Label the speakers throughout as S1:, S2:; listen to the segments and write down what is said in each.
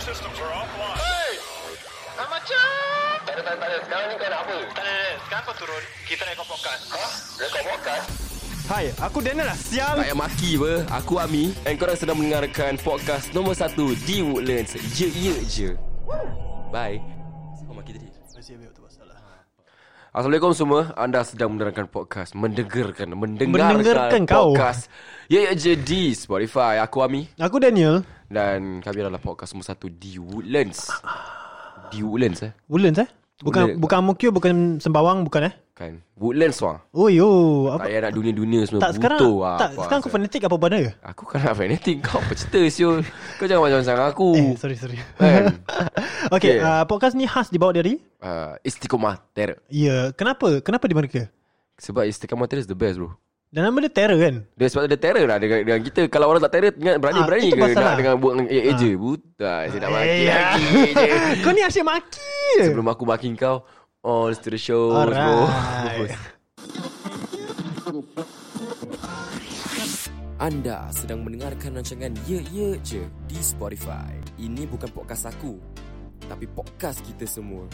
S1: systems are offline.
S2: Hei! Ah, macam.
S3: Tak ada, tak ada, tak ada. Sekarang ni kau nak apa?
S2: Tak ada, tak ada. Sekarang kau turun. Kita nak ikut podcast.
S3: Ha? Rekod podcast?
S4: Hai, aku Daniel lah sial.
S5: Tak payah maki apa Aku Ami And korang sedang mendengarkan Podcast nombor 1 Di Woodlands Ye ye je Bye Kau maki tadi
S4: lah.
S5: Assalamualaikum semua Anda sedang mendengarkan podcast Mendengarkan Mendengarkan,
S4: Mendengarkan kau.
S5: podcast Ye ye je di Spotify Aku Ami
S4: Aku Daniel.
S5: Dan kami adalah podcast nombor 1 Di Woodlands Di Woodlands eh
S4: Woodlands eh? Bukan
S5: Woodlands.
S4: bukan Amokyo, bukan Sembawang, bukan eh?
S5: Kan Woodlands wah
S4: Oh yo, apa?
S5: Tak payah nak dunia-dunia semua
S4: Tak, sekarang
S5: Butuh lah
S4: tak
S5: apa
S4: sekarang aku
S5: asal.
S4: fanatik apa benda ke?
S5: Aku kan nak fanatik Kau apa cerita siul Kau jangan macam-macam aku
S4: Eh, sorry sorry. okay,
S5: Kan Oh. Okay.
S4: uh, podcast ni khas dibawa dari
S5: uh, Istiqomah Terror
S4: Ya, yeah. kenapa? Kenapa di Amerika?
S5: Sebab Istiqomah Terror is the best bro
S4: Dan nama dia terror kan?
S5: dia sebab dia terror lah dengan, dengan kita Kalau orang tak terror Ingat berani-berani
S4: Ah, itu
S5: ke
S4: pasal
S5: Nak
S4: lah.
S5: dengan buat dengan eh, eh je Buta Saya nak maki
S4: Eh,
S5: lagi eh, je
S4: Kau ni asyik maki je.
S5: Sebelum aku maki kau All to the show
S4: Alright.
S5: Anda sedang mendengarkan rancangan Ye Ye Je di Spotify. Ini bukan podcast aku, tapi podcast kita semua.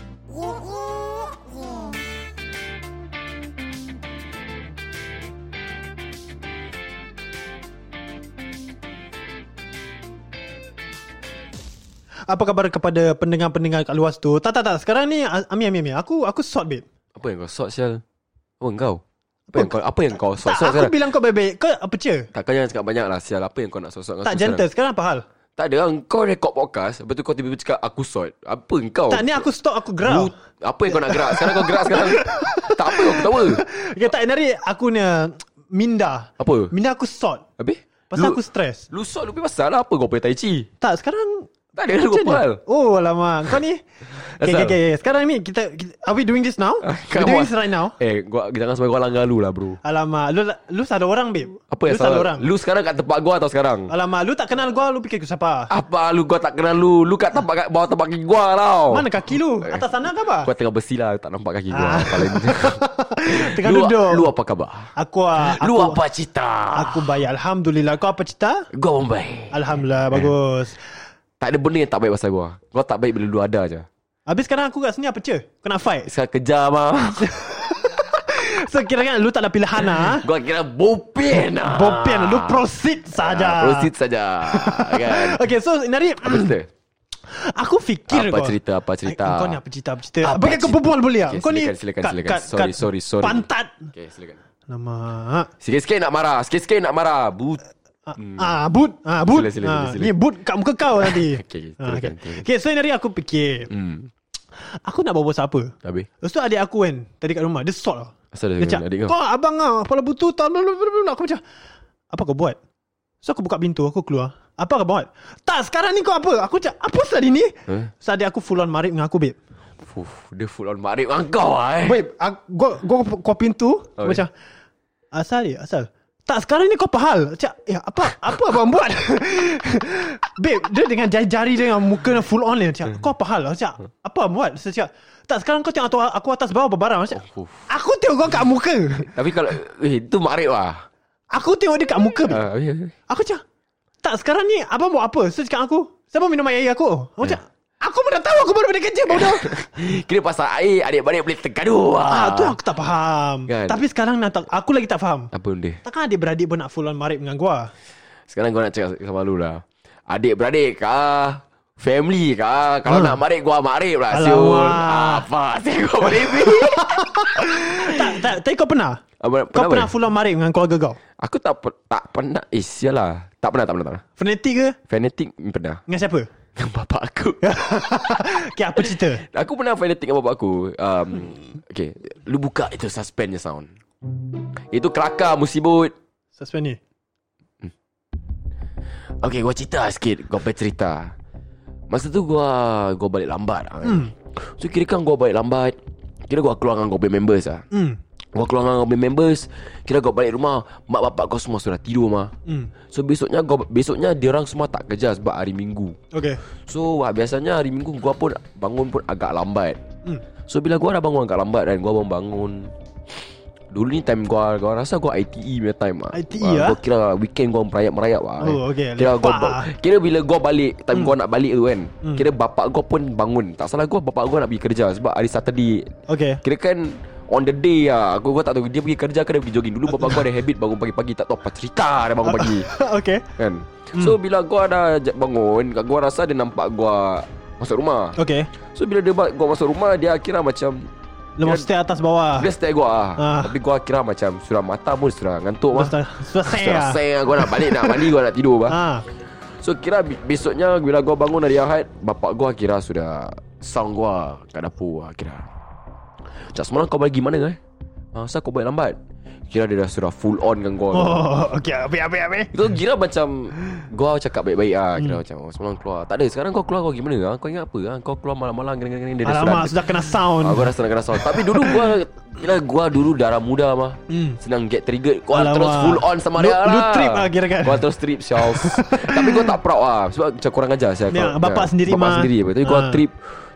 S4: Apa khabar kepada pendengar-pendengar kat luar tu? Tak tak tak, sekarang ni Ami Ami Ami. Aku aku sort babe.
S5: Apa yang kau sort sial? Apa kau? Apa yang kau apa yang kau sort?
S4: Tak,
S5: sort
S4: aku
S5: sekarang?
S4: bilang kau baik-baik. Kau apa cia?
S5: Tak kau jangan cakap banyak lah sial. Apa yang kau nak sort-sort dengan
S4: Tak
S5: aku
S4: gentle.
S5: sekarang?
S4: Sekarang apa hal?
S5: Tak ada lah, Kau rekod podcast Lepas tu kau tiba-tiba cakap Aku sort Apa kau
S4: Tak, ni aku stop, aku gerak.
S5: Oh. Lu- Apa yang kau nak gerak Sekarang kau gerak sekarang Tak apa kau ketawa
S4: Okay, tak nari aku ni minda.
S5: Apa?
S4: Minda aku sort.
S5: Habis?
S4: Pasal
S5: Lu-
S4: aku stres.
S5: Lu sort lu punya pasal lah Apa kau punya tai chi
S4: Tak, sekarang
S5: Tak ada lah, lu
S4: macam
S5: apa
S4: ni?
S5: hal
S4: Oh, lama. Kau ni. Okay,
S5: Asal? Ah,
S4: okay, okay, okay. Sekarang ni kita, kita are we doing this now?
S5: Come
S4: We're doing
S5: on.
S4: this right now.
S5: Eh gua, jangan sampai gua langgar lu lah bro
S4: Alamak, lu lu salah orang, babe.
S5: Apa yang
S4: lu salah
S5: salah
S4: orang?
S5: Lu sekarang kat tempat gua atau sekarang
S4: Alamak, lu tak kenal gua, lu fikir aku siapa?
S5: Apa lu gua tak kenal lu Lu kat tempat kat bawah tempat kaki gua tau
S4: Mana kaki lu? Atas sana ke apa?
S5: Eh. Gua tengah besi lah Tak nampak kaki
S4: Ah.
S5: gua Paling
S4: Tengah
S5: lu,
S4: duduk.
S5: Lu apa khabar
S4: Aku, ah, aku
S5: Lu apa cita
S4: Aku baik. Alhamdulillah. Kau apa cerita?
S5: Gua membaik
S4: Alhamdulillah, bagus.
S5: Tak ada benda yang tak baik pasal gua Gua tak baik bila lu ada je
S4: Habis sekarang aku kat sini apa cer? Kau nak fight?
S5: Sekarang kejar mah
S4: So kira kan lu tak ada pilihan ah.
S5: Gua kira bopin ah.
S4: Bopian, lu proceed saja.
S5: Ah, Proceed saja kan.
S4: Okay, so Nari, hmm.
S5: Apa cerita?
S4: aku fikir
S5: Apa
S4: kau.
S5: cerita, apa cerita?
S4: Ay, kau ni apa cerita, apa cerita?
S5: Apa
S4: Apa yang kau
S5: cerita?
S4: berbual boleh ah?
S5: Okay,
S4: kau ni
S5: silakan, silakan,
S4: kat-
S5: silakan.
S4: kat-
S5: Sorry,
S4: kat
S5: sorry, sorry.
S4: Pantat. ah.
S5: Okay silakan
S4: Lama.
S5: Sikit-sikit nak marah Sikit-sikit nak marah But
S4: Ah, but, ah, but.
S5: Hmm. Sila, sila,
S4: ah,
S5: sila, sila.
S4: Ni but kat muka kau nanti.
S5: Okay, okay,
S4: Ah, okay.
S5: teruskan, teruskan.
S4: okay, so Nari aku fikir.
S5: hmm.
S4: Aku nak berbual pasal apa?
S5: Habis
S4: Lepas tu adik aku kan Tadi kat rumah Dia sort lah
S5: Asal
S4: Dia
S5: dia
S4: cakap
S5: dengan adik kau
S4: Kau abang lah Kepala butuh tak bla, bla, bla, bla, bla." Aku macam Apa kau buat So aku buka pintu Aku keluar Apa kau buat Tak sekarang ni kau apa Aku cakap Apa saat ini huh?
S5: Huh?
S4: So adik aku full on marip dengan aku babe
S5: Fuh, Dia full on makrif dengan kau lah eh Oh,
S4: Babe aku, Gua gua kau pintu Aku
S5: Oi.
S4: macam
S5: ya.
S4: Asal dia asal tak sekarang ni kau pahal Cak Ya apa Apa abang buat Babe Dia dengan jari-jari Dia dengan muka yang full on ni Cak
S5: Hmm.
S4: Kau pahal lah, Cak Apa abang buat Saya cakap Tak sekarang kau tengok atas- Aku atas bawah berbarang Cak
S5: Fuh.
S4: Aku tengok kau kat muka
S5: Tapi kalau Eh itu makrif lah
S4: Aku tengok dia kat muka babe.
S5: Ah, habis, habis.
S4: Aku cakap Tak sekarang ni Abang buat apa So cakap aku Siapa minum air aku Aku
S5: Ya.
S4: cakap Aku mana tahu Aku baru balik kerja bodoh
S5: Kira pasal air Adik-adik boleh tergaduh
S4: Ah,
S5: lah
S4: tu aku tak faham
S5: Kan?
S4: Tapi sekarang nak tak, Aku lagi tak faham
S5: Apa benda
S4: Takkan adik-beradik pun nak full on marip dengan ah? gua
S5: Sekarang gua nak cakap sama lu lah Adik-beradik kah Family kah Kalau
S4: Hmm.
S5: nak makrif Gua makrif lah
S4: Alamak.
S5: Siul Apa Saya kau makrif
S4: Tak, tak Tapi kau pernah
S5: Abang,
S4: Kau pernah
S5: pernah
S4: full on marip dengan keluarga kau
S5: Aku tak per, tak pernah Eh sial lah Tak pernah tak pernah tak pernah
S4: Fanatik ke
S5: Fanatik mm, pernah
S4: Dengan siapa
S5: Dengan bapak aku
S4: Okay apa cerita
S5: Aku pernah fanatik dengan bapak aku um, Okay Lu buka itu suspense sound Itu kelakar musibut
S4: Suspend ni
S5: Okay gua cerita sikit Gua punya cerita Masa tu gua Gua balik lambat lah, kan. So kira kan gua balik lambat Kira gua keluar dengan gua punya members lah
S4: Hmm
S5: Gua keluar dengan gua punya members Kira gua balik rumah Mak bapak kau semua sudah tidur mah
S4: Hmm
S5: So besoknya gua, Besoknya diorang semua tak kerja Sebab hari minggu
S4: Okay
S5: So wah, biasanya hari minggu gua pun bangun pun agak lambat
S4: Hmm
S5: kan, So bila gua dah bangun agak lambat dan gua bangun bangun Dulu ni time gua gua rasa gua ITE punya time ah.
S4: ITE
S5: Ah,
S4: ah?
S5: Gua kira weekend gua merayap-merayap ah.
S4: Oh, okay.
S5: Kira gua
S4: Lepak
S5: ba-
S4: ah.
S5: kira bila gua balik time gua nak balik tu kan.
S4: Hmm.
S5: Kira bapak gua pun bangun. Tak salah gua bapak gua nak pergi kerja sebab hari Saturday.
S4: Okay
S5: Kira kan on the day ah. Aku gua tak tahu dia pergi kerja ke dia pergi jogging. Dulu bapak gua ada habit bangun pagi-pagi tak tahu apa cerita dia bangun pagi.
S4: Okay
S5: Kan So bila gua dah ja- bangun Gua rasa dia nampak gua Masuk rumah
S4: Okay
S5: So bila dia ba- gua masuk rumah Dia kira macam
S4: Lepas stay atas bawah
S5: Dia stay gua ah.
S4: Ah.
S5: Tapi ah. gua kira macam Surah mata pun surah ngantuk mah
S4: Lepas Selesai
S5: Surah
S4: lah
S5: seng ah. Gua nak balik nak mandi Gua nak tidur bah.
S4: Ah,
S5: So kira bi- besoknya Bila gua bangun dari ahad Bapak gua kira sudah Sound gua Kat dapur ah, Kira Cak semalam kau balik gimana eh Ah, Asal kau balik lambat Kira dia dah sudah full on dengan gua
S4: Oh Okay Habis habis habis
S5: Kau kira macam Gua cakap baik-baik ah
S4: Hmm.
S5: Kira macam oh, Semalam keluar Tak ada sekarang kau keluar kau gimana ah? Kau ingat apa ah? Kau keluar malam-malam gini-gini Dia dah
S4: Alamak sudah kena sound
S5: Aku Ah, rasa nak kena sound Tapi dulu gua Bila gua dulu darah muda mah
S4: Hmm.
S5: Senang get triggered Gua
S4: Alamak.
S5: terus full on sama
S4: Lu-
S5: dia lah
S4: lu trip lah kira kan.
S5: Gua terus trip Charles Tapi gua tak proud lah Sebab macam kurang ajar saya
S4: Ya, bapak sendiri
S5: Bapak
S4: mah.
S5: sendiri apa. Tapi gua
S4: Ha.
S5: trip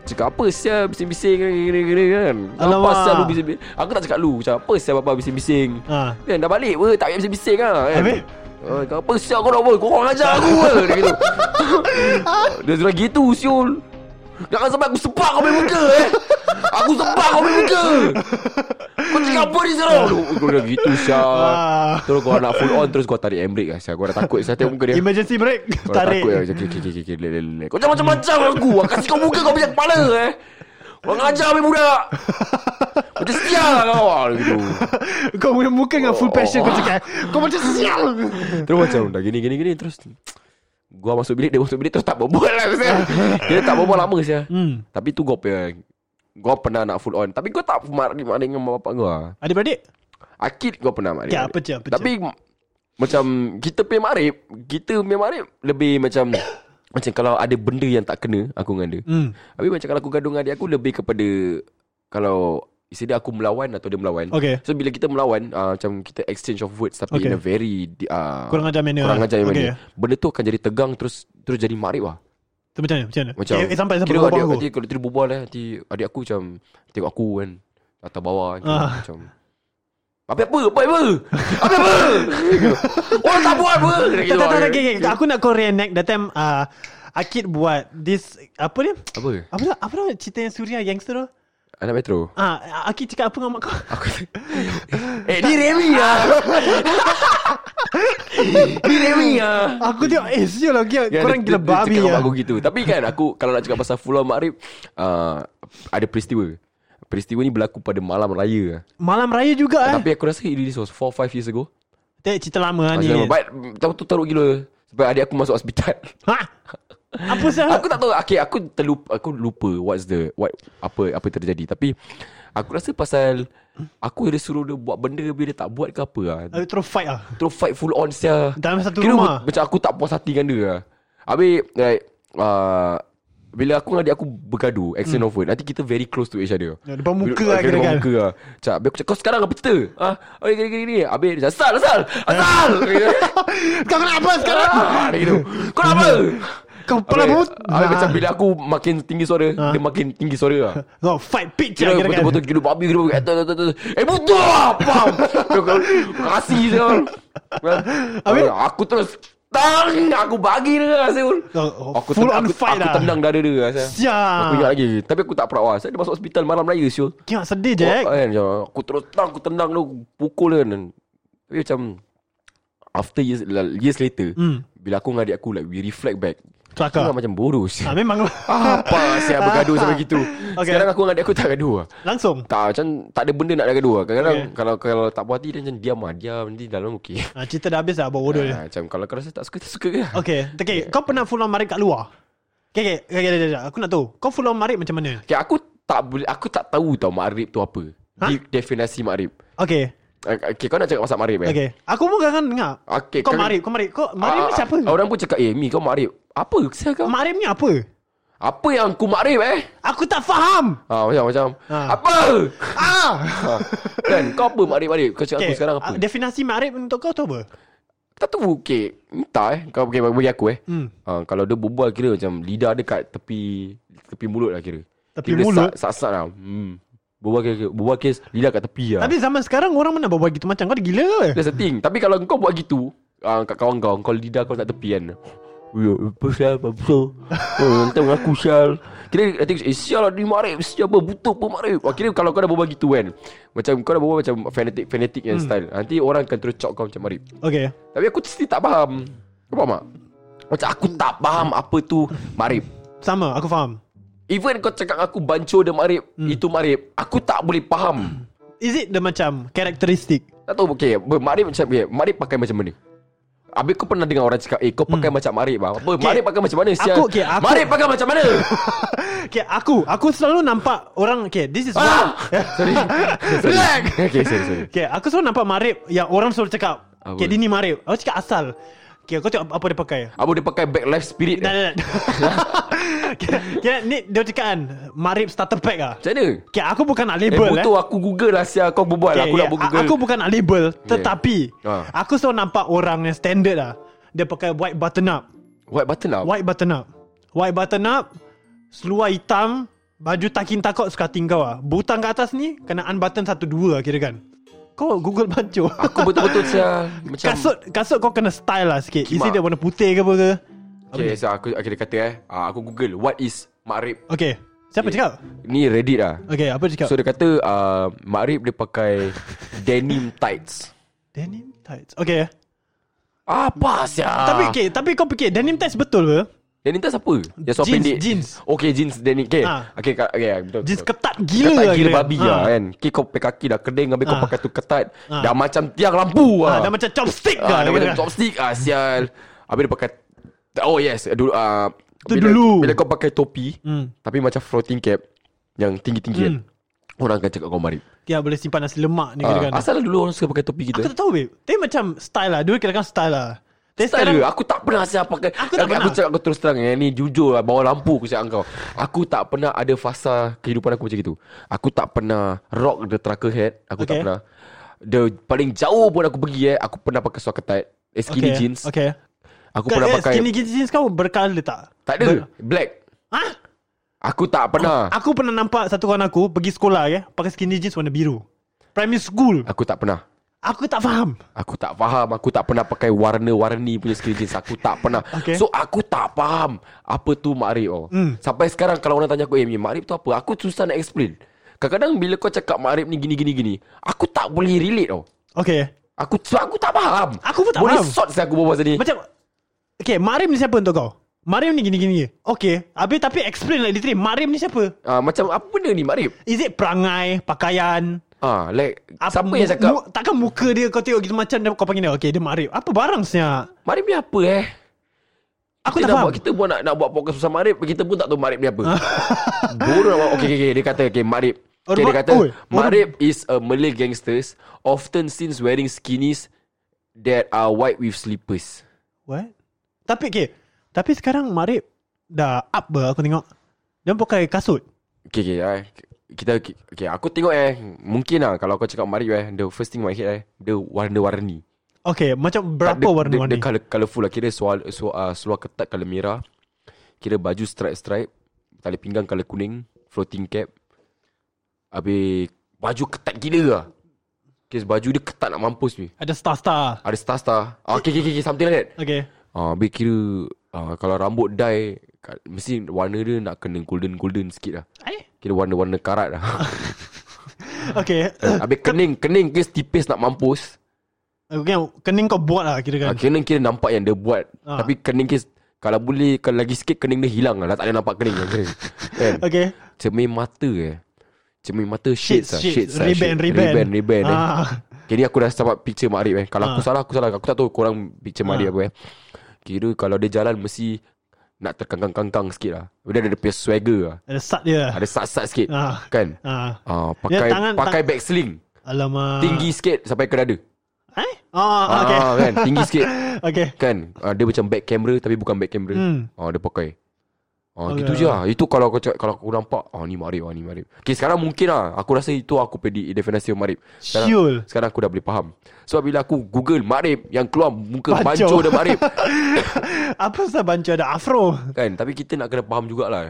S5: Cakap apa sial bising-bising gini-gini kan Apa
S4: Alamak.
S5: sial lu bising-bising Aku tak cakap lu Cakap apa sial bapak bising-bising
S4: Ah.
S5: Kan dah balik pun Tak payah bising-bising lah kan
S4: Habis?
S5: Oh, kau apa sial kau nak apa? Korang ajar aku ke? Dia gitu. Dia sudah gitu siul. Jangan sampai aku sepak kau punya muka eh. Aku sepak kau punya muka. Kau cakap apa ni sekarang? Aduh, Kau dah gitu sial.
S4: Ah.
S5: Terus kau nak full on terus kau tarik handbrake lah sial. Kau dah takut saya tengok muka dia.
S4: Emergency break
S5: Kau dah
S4: Tarik
S5: takut lah. Okay, okay, okay, okay, okay. lelak, lelak. Kau jangan macam-macam dengan aku. Aku kasih kau muka kau punya kepala eh. Kau ngajar punya budak. Macam sial lah kau. Ah, Dia Gitu.
S4: Kau punya muka dengan full passion
S5: Oh.
S4: Kau cakap Kau macam sial
S5: Terus macam dah gini gini gini terus gua masuk bilik dia masuk bilik terus tak berbual lah saya. Dia tak berbual lama saya.
S4: Hmm
S5: Tapi tu gua punya gua pernah nak full on. Tapi gua tak marah marah dengan mak bapak gua.
S4: Adik-beradik
S5: Akid gua pernah marah.
S4: Ya, apa je, apa je.
S5: Tapi m- macam kita punya marib, kita punya marib lebih macam macam kalau ada benda yang tak kena aku dengan dia.
S4: Hmm
S5: Habis macam kalau aku gaduh dengan adik aku lebih kepada kalau isteri dia aku melawan atau dia melawan.
S4: Okay
S5: So bila kita melawan uh, Macam kita exchange of words Tapi
S4: Okay.
S5: in a very uh,
S4: Kurang ajar manner
S5: Kurang
S4: lah.
S5: ajar yang
S4: Okay.
S5: mana Benda tu akan jadi tegang Terus terus jadi makrif lah
S4: Tu macam mana Macam mana
S5: Macam
S4: eh, eh, Sampai sampai
S5: Kira
S4: kau
S5: adik,
S4: aku
S5: adik, Kalau dia berbual eh Nanti adik aku macam Tengok aku kan Atas bawah kan,
S4: Ah.
S5: Macam apa apa apa apa apa apa orang tak buat apa
S4: Tak tak tak, tak okay, okay. Aku nak kau reenact That time uh, Akid buat This Apa ni
S5: apa
S4: Apa tu Apa tu cerita yang Suria gangster tu
S5: anak metro
S4: Ah, Akid cakap apa dengan mak kau
S5: aku eh ni Remy ah ni Remy ah
S4: Aku tengok Eh sial lah Gila Korang
S5: dia-
S4: gila
S5: dia- dia
S4: babi
S5: cakap
S4: ya
S5: sama Aku gitu Tapi kan aku Kalau nak cakap pasal Full on Maghrib uh, Ada peristiwa Peristiwa ni berlaku pada malam raya
S4: Malam raya juga eh
S5: Tapi aku rasa This was 4-5 years ago
S4: Tengok cerita lama lah ni
S5: Masa lama But mm, Tahu tu teruk gila Sebab adik aku masuk hospital
S4: Ha Apa sial
S5: Aku tak tahu Okay aku terlupa Aku lupa What's the what Apa apa terjadi Tapi Aku rasa pasal Aku ada suruh dia buat benda Bila dia tak buat ke apa lah
S4: Habis terus fight lah
S5: Terus fight full on sia
S4: Dalam satu
S5: Kira
S4: rumah.
S5: Macam aku tak puas hati dengan dia lah. Habis like, uh, Bila aku dengan adik aku bergaduh Accent hmm. of word Nanti kita very close to each other
S4: Ya, depan muka
S5: Bila-
S4: lah
S5: kira Depan
S4: kirakan.
S5: muka lah Macam habis aku cakap Kau sekarang apa cerita ha? Habis gini gini gini Habis dia cakap Asal asal Asal
S4: Kau kena apa sekarang
S5: Ah, dia gitu. Kau nak apa
S4: Kau pula
S5: Habis-
S4: but
S5: Habis macam bila aku Makin tinggi suara
S4: Ah.
S5: Dia makin tinggi suara lah
S4: Kau fight pitch
S5: Kira
S4: lah kira
S5: betul-betul kira babi kira babi. Eh, tu, tu, tu, tu. Eh betul lah Pam Kasih je
S4: Habis?
S5: Eh, Aku terus Tang Aku bagi dia Asyul
S4: Oh, oh, full on
S5: aku,
S4: fight
S5: aku
S4: lah. Ha.
S5: tendang dada dia Asyul Aku ingat
S4: Siap
S5: lagi Tapi aku tak proud lah Saya dia masuk hospital malam raya Syul
S4: Kira sedih Jack
S5: Aku, kan, macam, aku terus tang Aku tendang dia Pukul dia Dan- Tapi macam After years, years later
S4: Hmm.
S5: Bila aku dengan adik aku like, We reflect back
S4: Celaka
S5: Aku macam bodoh Syul.
S4: Ah, memang lah.
S5: Apa siapa bergaduh sampai gitu
S4: Okay.
S5: Sekarang aku dengan adik aku tak gaduh lah
S4: Langsung.
S5: tak macam tak ada benda nak ada gaduh lah. Kadang-kadang
S4: Okay.
S5: okay. kalau kalau tak puas hati dia macam diam lah. Diam nanti dalam okey.
S4: Ah, cerita dah habis dah bawa bodoh dia.
S5: Ha, macam kalau kau rasa tak suka tak suka ke? Ah. Okay.
S4: Okay, okay. Kau pernah full on marik kat luar? Okay, okay, okay, okay, okay, okay. Aku nak tahu. Kau full on marik macam mana?
S5: okay. aku tak boleh aku tak tahu tau makrib tu apa. Ha? Definisi makrib.
S4: Okay,
S5: Ah, Okay, kau nak cakap pasal makrib eh?
S4: okay. Aku pun kadang-kadang dengar.
S5: Okay,
S4: Kau
S5: kau-
S4: marik, kau marik. Kau marik
S5: Ah,
S4: ni siapa?
S5: ah, Orang pun cakap, "Eh, Mi, kau makrib." Apa kesal kau?
S4: Marik ni apa?
S5: apa yang aku makrib eh?
S4: Aku tak faham.
S5: Ha, macam macam.
S4: Ha.
S5: Apa?
S4: Ah.
S5: ha. Kan kau apa makrib-makrib? Kau cakap okay. aku sekarang apa?
S4: ah, Definasi marik untuk kau tu apa?
S5: tak tahu, okay. Entah eh. Kau bagi bagi aku eh.
S4: Hmm.
S5: Ha, kalau dia berbual kira macam lidah dia kat tepi tepi mulut lah kira.
S4: Tepi
S5: kira dia
S4: mulut?
S5: Sak, sak, sak lah. Hmm. Berbual, berbual kes Lidah kat tepi lah
S4: Tapi zaman sekarang orang mana berbual gitu macam kau dah gila ke?
S5: That's the thing Tapi kalau kau buat gitu uh, Kat kawan kau Kau lidah kau tak tepi kan Ya, apa sial, apa sial Oh, Nanti mengaku sial Kira I think Eh sial lah ni marip Siapa butuh pun marip Wah, Ah, Kira kalau kau dah berbual gitu kan Macam kau dah berbual macam Fanatik-fanatik
S4: Hmm.
S5: yang style Nanti orang akan terus cok kau macam marip
S4: Okay.
S5: Tapi aku still tak faham Kau faham tak? Macam aku tak faham apa tu marip
S4: Sama, aku faham.
S5: Even kau cakap aku bancuh dia marip Itu marip Aku tak boleh faham
S4: Is it the macam karakteristik?
S5: Tak tahu okay, ber- Marib macam okay, Marib pakai macam mana Habis kau pernah dengar orang cakap Eh kau pakai macam Marib lah Apa okay. Marib pakai macam mana sial?
S4: Aku- okay, aku-
S5: Marib pakai macam mana
S4: okay, aku aku selalu nampak orang okay, this is
S5: ah!
S4: one.
S5: Sorry Relax Okay sorry sorry
S4: Okay, aku selalu nampak marib yang orang selalu cakap.
S5: Apa?
S4: Okay, dia ni marib. Aku cakap asal. Okay, kau tengok apa dia pakai.
S5: Abu dia pakai back life spirit
S4: Dah, dah,
S5: eh?
S4: dah. okay, okay, ni dia cakap kan, marib starter pack lah.
S5: Macam mana
S4: Okay, aku bukan nak
S5: Eh
S4: label eh.
S5: butuh aku google lah sial Kau berbual
S4: Okay,
S5: Aku nak
S4: yeah.
S5: buat
S4: A-
S5: google
S4: Aku bukan nak label Tetapi
S5: Ha.
S4: Aku selalu nampak orang yang standard lah Dia pakai white button up
S5: White button lah
S4: White button up White button up Seluar hitam Baju takin takot Sukating kau lah Butang kat atas ni Kena unbutton satu dua lah kira kan Kau google bancu
S5: Aku betul-betul sial Macam
S4: Kasut Kasut kau kena style lah sikit
S5: Kimak.
S4: Isi dia warna putih ke apa ke
S5: Okay so aku Okay dia kata eh ah, Aku google What is Marib
S4: Okay Siapa
S5: Okay.
S4: cakap?
S5: Ni reddit lah
S4: Okay apa cakap?
S5: So dia kata uh, Marib dia pakai Denim tights
S4: denim tights Okay
S5: Apa sia?
S4: Tapi okay, tapi kau fikir Denim tights betul ke?
S5: Denim tights apa? Yang soal
S4: Jeans,
S5: pendek. Oh.
S4: jeans.
S5: Okay, jeans denim. Okay.
S4: Ah.
S5: Okay, ka- okay, betul.
S4: Jeans
S5: betul.
S4: ketat gila
S5: ketat
S4: lah
S5: gila
S4: kira kan.
S5: babi
S4: Ha.
S5: lah kan. Okay, kau pakai kaki dah kedeng habis kau
S4: Ah.
S5: pakai tu ketat.
S4: Ah.
S5: Dah macam tiang lampu
S4: Ah,
S5: ah.
S4: dah macam chopstick dah.
S5: ah, dah
S4: kira
S5: macam
S4: kan.
S5: chopstick ah sial. Habis dia pakai Oh yes, dulu ah
S4: Tu
S5: bila,
S4: dulu.
S5: Bila kau pakai topi,
S4: Hmm.
S5: tapi macam floating cap yang tinggi-tinggi kan. Orang akan cakap kau marip.
S4: Ya boleh simpan nasi lemak ni kira
S5: Ah,
S4: kan.
S5: asal lah dulu orang suka pakai topi
S4: Aku
S5: kita.
S4: tak tahu babe. Tapi macam style lah. Dulu kira kan style lah. Tapi
S5: Tak
S4: sekarang
S5: ada Aku tak pernah siapa pakai
S4: Aku tak
S5: aku,
S4: pernah.
S5: cakap aku terus terang Yang ni jujur lah Bawa lampu aku cakap kau Aku tak pernah ada fasa Kehidupan aku macam itu Aku tak pernah Rock the trucker hat Aku
S4: Okay.
S5: tak pernah The paling jauh pun aku pergi eh Aku pernah pakai suar ketat eh, Skinny
S4: okay,
S5: jeans
S4: Okay.
S5: Aku
S4: Kau-
S5: pernah
S4: eh,
S5: pakai
S4: Skinny jeans kau berkala tak?
S5: Tak ada
S4: Ber-
S5: Black
S4: Ha?
S5: Aku tak pernah
S4: Aku pernah nampak satu kawan aku pergi sekolah ya, pakai skinny jeans warna biru. Primary school.
S5: Aku tak pernah
S4: Aku tak faham.
S5: Aku tak faham Aku tak pernah pakai warna-warni punya skinny jeans Aku tak pernah
S4: Okay.
S5: So aku tak faham Apa tu makrib oh.
S4: Hmm.
S5: Sampai sekarang Kalau orang tanya aku Eh ni makrib tu apa Aku susah nak explain Kadang-kadang bila kau cakap makrib ni gini-gini gini Aku tak boleh relate oh.
S4: Okay.
S5: Aku so aku tak faham
S4: Aku pun tak
S5: Boleh
S4: faham.
S5: short saya aku berbual tadi
S4: Macam Okay, Marim ni siapa untuk kau? Marim ni gini-gini. Okay. Habis tapi explain lah literally. Marim ni siapa?
S5: Ah, Macam apa benda ni makrib
S4: Is it perangai, pakaian,
S5: Ah, like
S4: apa,
S5: Siapa yang
S4: mu-
S5: cakap
S4: mu- takkan muka dia kau tengok gitu macam dia, kau panggil dia okey dia marib. Apa barang sebenarnya?
S5: Makrib ni apa eh
S4: Aku tak
S5: kita dah
S4: faham.
S5: Buat, kita buat nak, nak buat podcast pasal Marib Kita pun tak tahu Marib ni apa Bodoh nak buat Okay, okay, okay. Dia kata okay, Marib okay, Dia
S4: Orang-
S5: kata
S4: Oh, oi,
S5: Marib is a Malay gangsters Often seen wearing skinnies That are white with slippers
S4: What? Tapi okay. Tapi sekarang marib dah up ber aku tengok. Dia pakai kasut.
S5: Okay, okay eh. Kita okay, Aku tengok eh Mungkin lah Kalau kau cakap Marib eh The first thing my head eh Dia warna-warni
S4: Okay, macam berapa
S5: dia,
S4: warna
S5: Dia,
S4: warni?
S5: dia color, colourful lah Kira suar, suar, uh, seluar ketat colour merah Kira baju stripe-stripe Tali pinggang colour kuning Floating cap Habis Baju ketat gila lah Kira baju dia ketat nak mampus ni
S4: Ada star-star.
S5: Ada star-star ah, okay, okay, okay, okay, something like that
S4: Okay.
S5: ah, Habis kira ah, Kalau rambut dye ka- Mesti warna dia nak kena golden-golden sikit lah
S4: Eh?
S5: Kira warna-warna karat lah
S4: Okay.
S5: Habis kening Kening kira tipis nak mampus
S4: okay, kening kau buat lah kira kan.
S5: Ah, kening kira nampak yang dia buat
S4: Ah.
S5: Tapi kening kira Kalau boleh Kalau lagi sikit kening dia hilang lah Dah tak ada nampak kening lah kering. kan?
S4: Okay.
S5: Cermin mata eh Cermin mata shades lah Shades lah
S4: Ribbon,
S5: shade.
S4: ribbon.
S5: Ribbon, ribbon eh.
S4: Ah.
S5: Kini aku dah dapat picture Makrib eh Kalau
S4: Ah.
S5: aku salah aku salah Aku tak tahu korang picture Makrib
S4: Ah.
S5: apa eh Kira kalau dia jalan mesti Nak terkangkang-kangkang sikit lah Dia ada dia punya swagger lah
S4: Ada sat dia lah.
S5: Ada sat-sat sikit
S4: Ah.
S5: Kan
S4: Ah.
S5: Ah, pakai
S4: Ya, tangan-
S5: pakai
S4: tang-
S5: back sling
S4: Alamak.
S5: Tinggi sikit sampai ke dada
S4: Eh? Ah, okay.
S5: ah, kan? Tinggi sikit Ah,
S4: okay.
S5: Kan uh, Dia macam back camera Tapi bukan back camera
S4: Hmm.
S5: hmm. Dia pakai
S4: Oh,
S5: Ah, gitu
S4: ya.
S5: je lah Itu kalau aku cakap, kalau aku nampak Ah ni marib ah, ni marib Okay sekarang mungkin lah Aku rasa itu aku punya definisi marib sekarang,
S4: Syul.
S5: sekarang aku dah boleh faham Sebab bila aku google marib Yang keluar muka
S4: Banco.
S5: banco, dia marib
S4: Apa pasal banca ada afro
S5: Kan tapi kita nak kena faham jugalah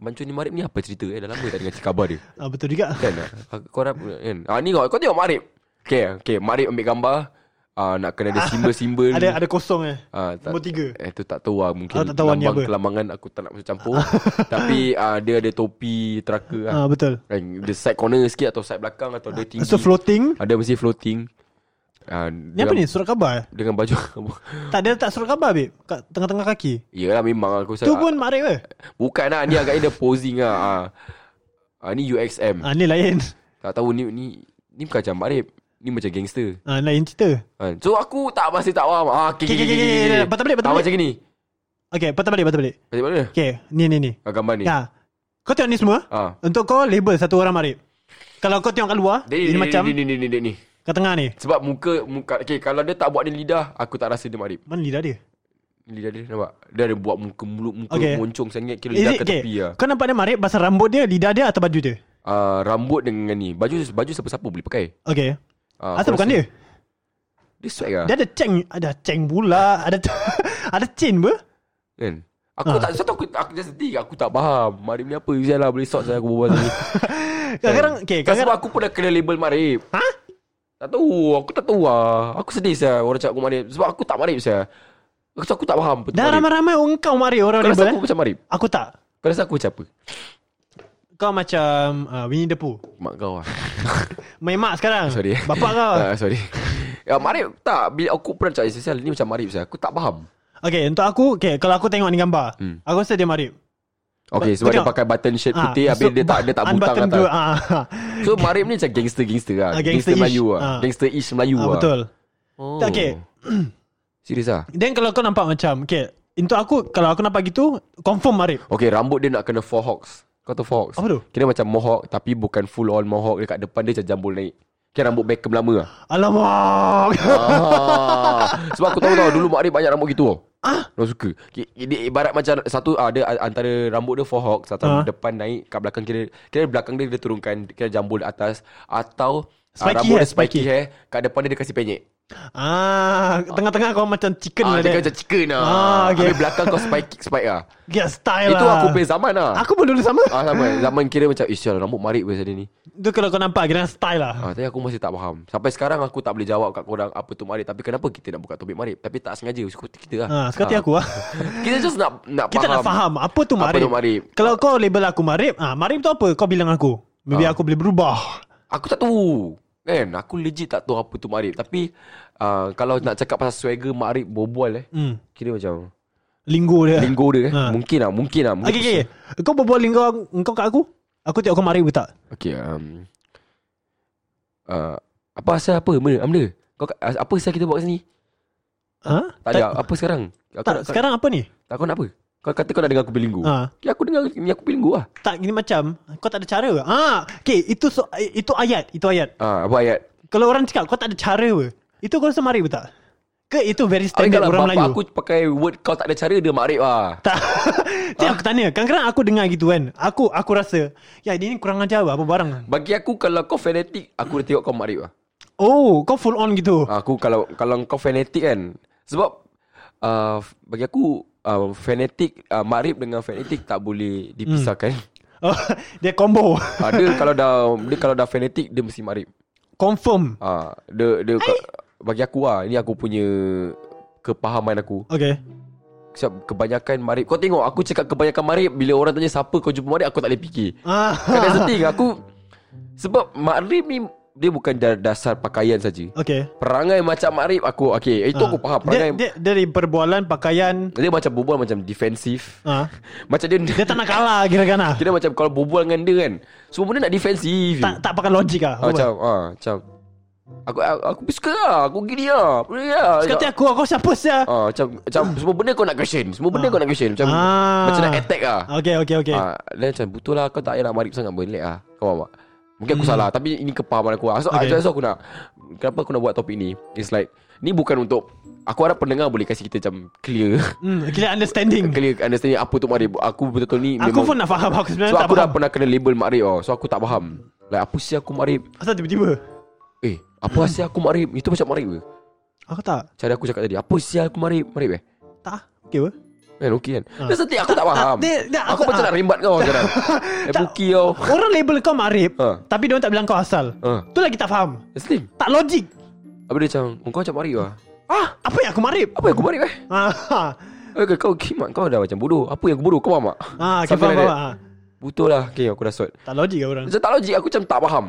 S5: Banco ni marib ni apa cerita eh Dah lama tak dengar khabar dia
S4: ah, Betul juga
S5: Kan ah, Kau harap kan ah, Ni kau, kau tengok marib Okay, okay marib ambil gambar ah, Nak kena ada simbol-simbol
S4: Ada ada kosong eh
S5: Ah, tak,
S4: Nombor tiga.
S5: Eh tu tak tahu lah Mungkin
S4: Ah, tak tahu ni
S5: lambang
S4: apa.
S5: kelambangan Aku tak nak masuk campur Tapi ah, dia ada topi teraka lah
S4: ah, Betul
S5: Kan Dia side corner sikit Atau side belakang Atau dia tinggi
S4: So floating
S5: Ada mesti floating uh,
S4: Ni apa ni surat khabar eh?
S5: Dengan baju
S4: Tak ada tak surat khabar babe Kat tengah-tengah kaki
S5: Yelah memang aku
S4: Tu pun makrif ke
S5: Bukan lah Ni agaknya dia posing lah uh, uh, Ni UXM
S4: ah, Ni lain
S5: Tak tahu ni Ni, ni bukan macam Marib Ni macam gangster
S4: ah, Lain cerita
S5: kan. So aku tak masih tak faham ah, okay,
S4: Okay,
S5: okay,
S4: okay,
S5: okay,
S4: okay, okay. Patah balik, patah
S5: Tak
S4: balik.
S5: macam ni
S4: Okay patah balik patah balik
S5: Macam mana
S4: Okay ni ni ni
S5: ah, Gambar ni
S4: Ya Kau tengok ni semua
S5: Ah.
S4: Untuk kau label satu orang marib Kalau kau tengok kat luar
S5: Dia
S4: Ini
S5: ni,
S4: macam
S5: ni, ni, ni, ni, ni.
S4: Kat tengah ni
S5: Sebab muka, muka okay, Kalau dia tak buat ni lidah Aku tak rasa dia marib
S4: Mana lidah dia
S5: Lidah dia nampak Dia ada buat muka mulut Muka
S4: Okay.
S5: moncong sangat Kira
S4: Is
S5: lidah
S4: it
S5: ke
S4: okay
S5: tepi lah
S4: Kau nampak dia marib Pasal rambut dia Lidah dia atau baju dia
S5: uh, rambut dengan ni. Baju baju siapa-siapa boleh pakai.
S4: Okay
S5: Uh,
S4: Asal bukan dia
S5: Dia swag lah.
S4: Dia ada ceng Ada ceng pula Ada ada chain pun
S5: Kan?
S4: Ah.
S5: Aku tak satu aku aku just think aku tak faham. Marib ni apa? Ujian lah boleh sort saya aku berbual ni.
S4: Kadang-kadang Okay
S5: Kan sebab
S4: kadang-kadang
S5: aku pun dah kena label Marib.
S4: Ha?
S5: Tak tahu, aku tak tahu lah. Aku sedih saya orang cakap aku Marib sebab aku tak Marib saya. Aku aku tak faham betul
S4: Dah
S5: Marib.
S4: ramai-ramai engkau mari orang
S5: Kau rasa
S4: label
S5: aku
S4: eh?
S5: macam Marib?
S4: Aku tak
S5: Kau rasa aku macam apa?
S4: Kau macam uh, Winnie the Pooh
S5: Mak kau lah.
S4: Main mak sekarang
S5: Oh, Sorry.
S4: Bapak kau
S5: Ah, sorry. Ya, Marib tak. Bila aku pernah cakap sesial ni macam Marib saya. Aku tak faham.
S4: Okay untuk aku okay, Kalau aku tengok ni gambar
S5: Hmm.
S4: Aku rasa dia marib
S5: Okay,
S4: Kau
S5: sebab dia
S4: tengok.
S5: pakai button shirt
S4: Ah,
S5: putih habis
S4: so
S5: dia tak dia tak butang
S4: unbutton
S5: atas.
S4: dua, ah, ah.
S5: So Marib ni macam gangster-gangster lah
S4: Ah,
S5: Gangster
S4: gangster-ish.
S5: Melayu lah
S4: Ah.
S5: Gangster-ish Melayu
S4: Ah,
S5: lah
S4: Betul
S5: oh.
S4: Tak, okay.
S5: Serius lah
S4: Then kalau kau nampak macam Okay Untuk aku Kalau aku nampak gitu Confirm marib
S5: Okay rambut dia nak kena four hawks Kau tahu four hawks
S4: Apa tu?
S5: Kira macam mohawk Tapi bukan full on mohawk Dekat depan dia macam jambul naik Kira rambut Beckham lama lah
S4: Alamak
S5: ah. Sebab aku tahu tau Dulu Marib banyak rambut gitu tau Ah, orang suka. Ki- Dia ibarat macam satu ada antara rambut dia four hawks
S4: Ah.
S5: atau depan naik kat belakang kira kira belakang dia dia turunkan kira jambul atas atau ah,
S4: Spiky
S5: rambut
S4: hair,
S5: dia spiky,
S4: spiky.
S5: hair kat depan dia dia kasi penyek.
S4: Ah, Tengah-tengah kau macam chicken lah
S5: Ah, dia
S4: dia
S5: macam chicken lah
S4: Ah,
S5: ah,
S4: okay.
S5: okay. Habis belakang kau spike kick spike lah
S4: Get style
S5: Itu
S4: lah
S5: aku punya zaman lah
S4: Aku pun dulu sama
S5: ah, zaman, zaman kira macam Ish lah rambut marik pasal dia ni
S4: Itu kalau kau nampak Kena style lah
S5: ah, Tapi aku masih tak faham Sampai sekarang aku tak boleh jawab kat korang Apa tu marik Tapi kenapa kita nak buka topik marik Tapi tak sengaja Suka hati kita lah
S4: ah, Sekarang aku lah
S5: Kita just nak, nak
S4: Kita
S5: faham
S4: nak faham Apa tu
S5: Apa
S4: marib
S5: tu marib?
S4: Kalau kau label aku marib ah, Marib tu apa Kau bilang aku Maybe
S5: Ah.
S4: aku boleh berubah
S5: Aku tak tahu Kan Aku legit tak tahu apa tu marik Tapi ah, Kalau nak cakap pasal swagger Marik berbual eh
S4: hmm.
S5: Kira macam
S4: Linggo dia
S5: Linggo dia eh
S4: Ah.
S5: Mungkin lah Mungkin lah mungkin
S4: Okay, okay, okay. Kau berbual linggo Engkau kat aku Aku tengok kau marib ke tak
S5: Okay um, uh, Apa asal apa benda Amda kau, kat- as- Apa asal kita buat kat sini
S4: Ha?
S5: Tak ada Apa sekarang aku
S4: Tak,
S5: nak,
S4: sekarang apa ni?
S5: tak, Kau nak apa Kau kata kau nak dengar aku bilinggu
S4: Ha.
S5: okay, Aku dengar ni aku bilinggu lah
S4: Tak gini macam kau tak ada cara. Ah, okey, itu so, itu ayat, itu ayat.
S5: Ah, Apa ayat
S4: Kalau orang cakap kau tak ada cara ke? Itu kau rasa mari ke tak? Ke itu very
S5: Tapi
S4: standard
S5: kalau
S4: orang
S5: bapak
S4: Melayu?
S5: lah, aku pakai word Kau tak ada cara Dia makrif lah
S4: Tak. Cik, aku tanya. Kadang-kadang aku dengar gitu kan. Aku aku rasa, ya dia ni kurang ajar apa, apa barang.
S5: Bagi aku Kalau kau fanatik Aku dah tengok kau makrif lah
S4: Oh, kau full on gitu.
S5: Ah, Aku kalau Kalau kau fanatik kan Sebab uh, Bagi aku uh, Fanatik uh, Makrif dengan fanatik Tak boleh dipisahkan
S4: Oh, dia combo.
S5: Ah, Dia kalau dah Dia kalau dah fanatik Dia mesti makrif
S4: Confirm.
S5: Ah, dia dia bagi aku ah, ini aku punya kepahaman aku.
S4: Okay.
S5: Sebab kebanyakan marib. Kau tengok aku cakap kebanyakan marib bila orang tanya siapa kau jumpa marib aku tak boleh fikir.
S4: Ah.
S5: Kan that's the thing aku sebab marib ni dia bukan da- dasar pakaian saja.
S4: Okay.
S5: Perangai macam marib aku okey, itu
S4: Ah.
S5: aku faham.
S4: Dia,
S5: Perangai dia,
S4: dia, dari perbualan, pakaian.
S5: dia, macam berbual macam defensif.
S4: Ah.
S5: Macam dia
S4: Dia tak nak kalah kira-kira.
S5: kira macam kalau berbual dengan dia kan. Semua benda nak defensif.
S4: Tak tak pakai logik ah.
S5: ah, macam ah, macam aku aku, aku suka lah, aku gini lah. Boleh lah.
S4: Kata aku Kau siapa sia
S5: Ah, macam macam semua benda kau nak question. Semua benda kau nak question. Macam
S4: Ah.
S5: macam nak attack ah.
S4: Okay okay okay
S5: Ah, dan macam betul lah kau tak payah nak marip sangat belik ah. Kau faham tak?
S4: Hmm.
S5: Mungkin aku salah tapi ini kepahaman aku. ah. So,
S4: Okay.
S5: okay. so aku nak kenapa aku nak buat topik ni? It's like
S6: Ni bukan untuk Aku harap pendengar boleh kasi kita macam Clear
S4: Hmm, kita understanding.
S6: Clear understanding apa tu Makrib Aku betul-betul ni
S4: Aku pun nak faham aku sebenarnya
S6: So
S4: tak
S6: aku dah
S4: faham.
S6: pernah kena label Makrib oh. So aku tak faham Like apa sih aku Makrib
S4: Asal tiba-tiba?
S6: Eh
S4: Hmm.
S6: apa sih aku Makrib Itu macam Makrib ke
S4: Aku tak.
S6: Cara aku cakap tadi Apa sih aku Makrib Makrib eh
S4: Tak. Okay apa?
S6: Kan okey kan
S4: Ha.
S6: Dah setiap aku tak faham
S4: tak, dia- dia-
S6: Aku
S4: aku-
S6: macam
S4: ah.
S6: nak rembat kau sekarang Eh
S4: Tak.
S6: buki kau
S4: Orang label kau Marib
S6: Ha.
S4: Tapi dia tak bilang kau asal
S6: Ha.
S4: Tu lagi tak faham
S6: Slim
S4: Tak logik
S6: Habis dia macam oh, Kau macam Makrib lah
S4: Ah, apa yang aku Marib?
S6: Apa yang aku Makrib eh
S4: Ah, ha.
S6: Eh, Kau kimak kau dah macam bodoh Apa yang aku bodoh kau faham tak
S4: ah okay,
S6: Something
S4: faham,
S6: like
S4: faham.
S6: that.
S4: Ah.
S6: Betul lah Okay aku dah sort
S4: Tak logik ke orang
S6: Macam tak logik Aku macam tak faham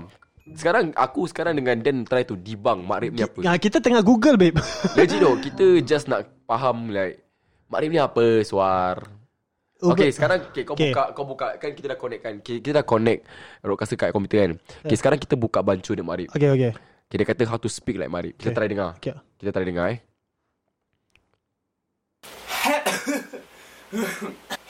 S6: Sekarang Aku sekarang dengan Dan Try to debunk Makrib ni apa
S4: ah, Kita tengah google babe
S6: Legit doh Kita just nak faham Like Makrib ni apa Suar Okay sekarang okay, Kau
S4: Okay.
S6: buka Kau buka Kan kita dah connect kan Ki- Kita dah connect Roadcaster kat komputer kan Okay sekarang kita buka Bancu dia Makrib
S4: Okay okay
S6: okay, Dia kata how to speak like Makrib Kita
S4: Okay.
S6: try dengar
S4: Okay
S6: Kita try dengar eh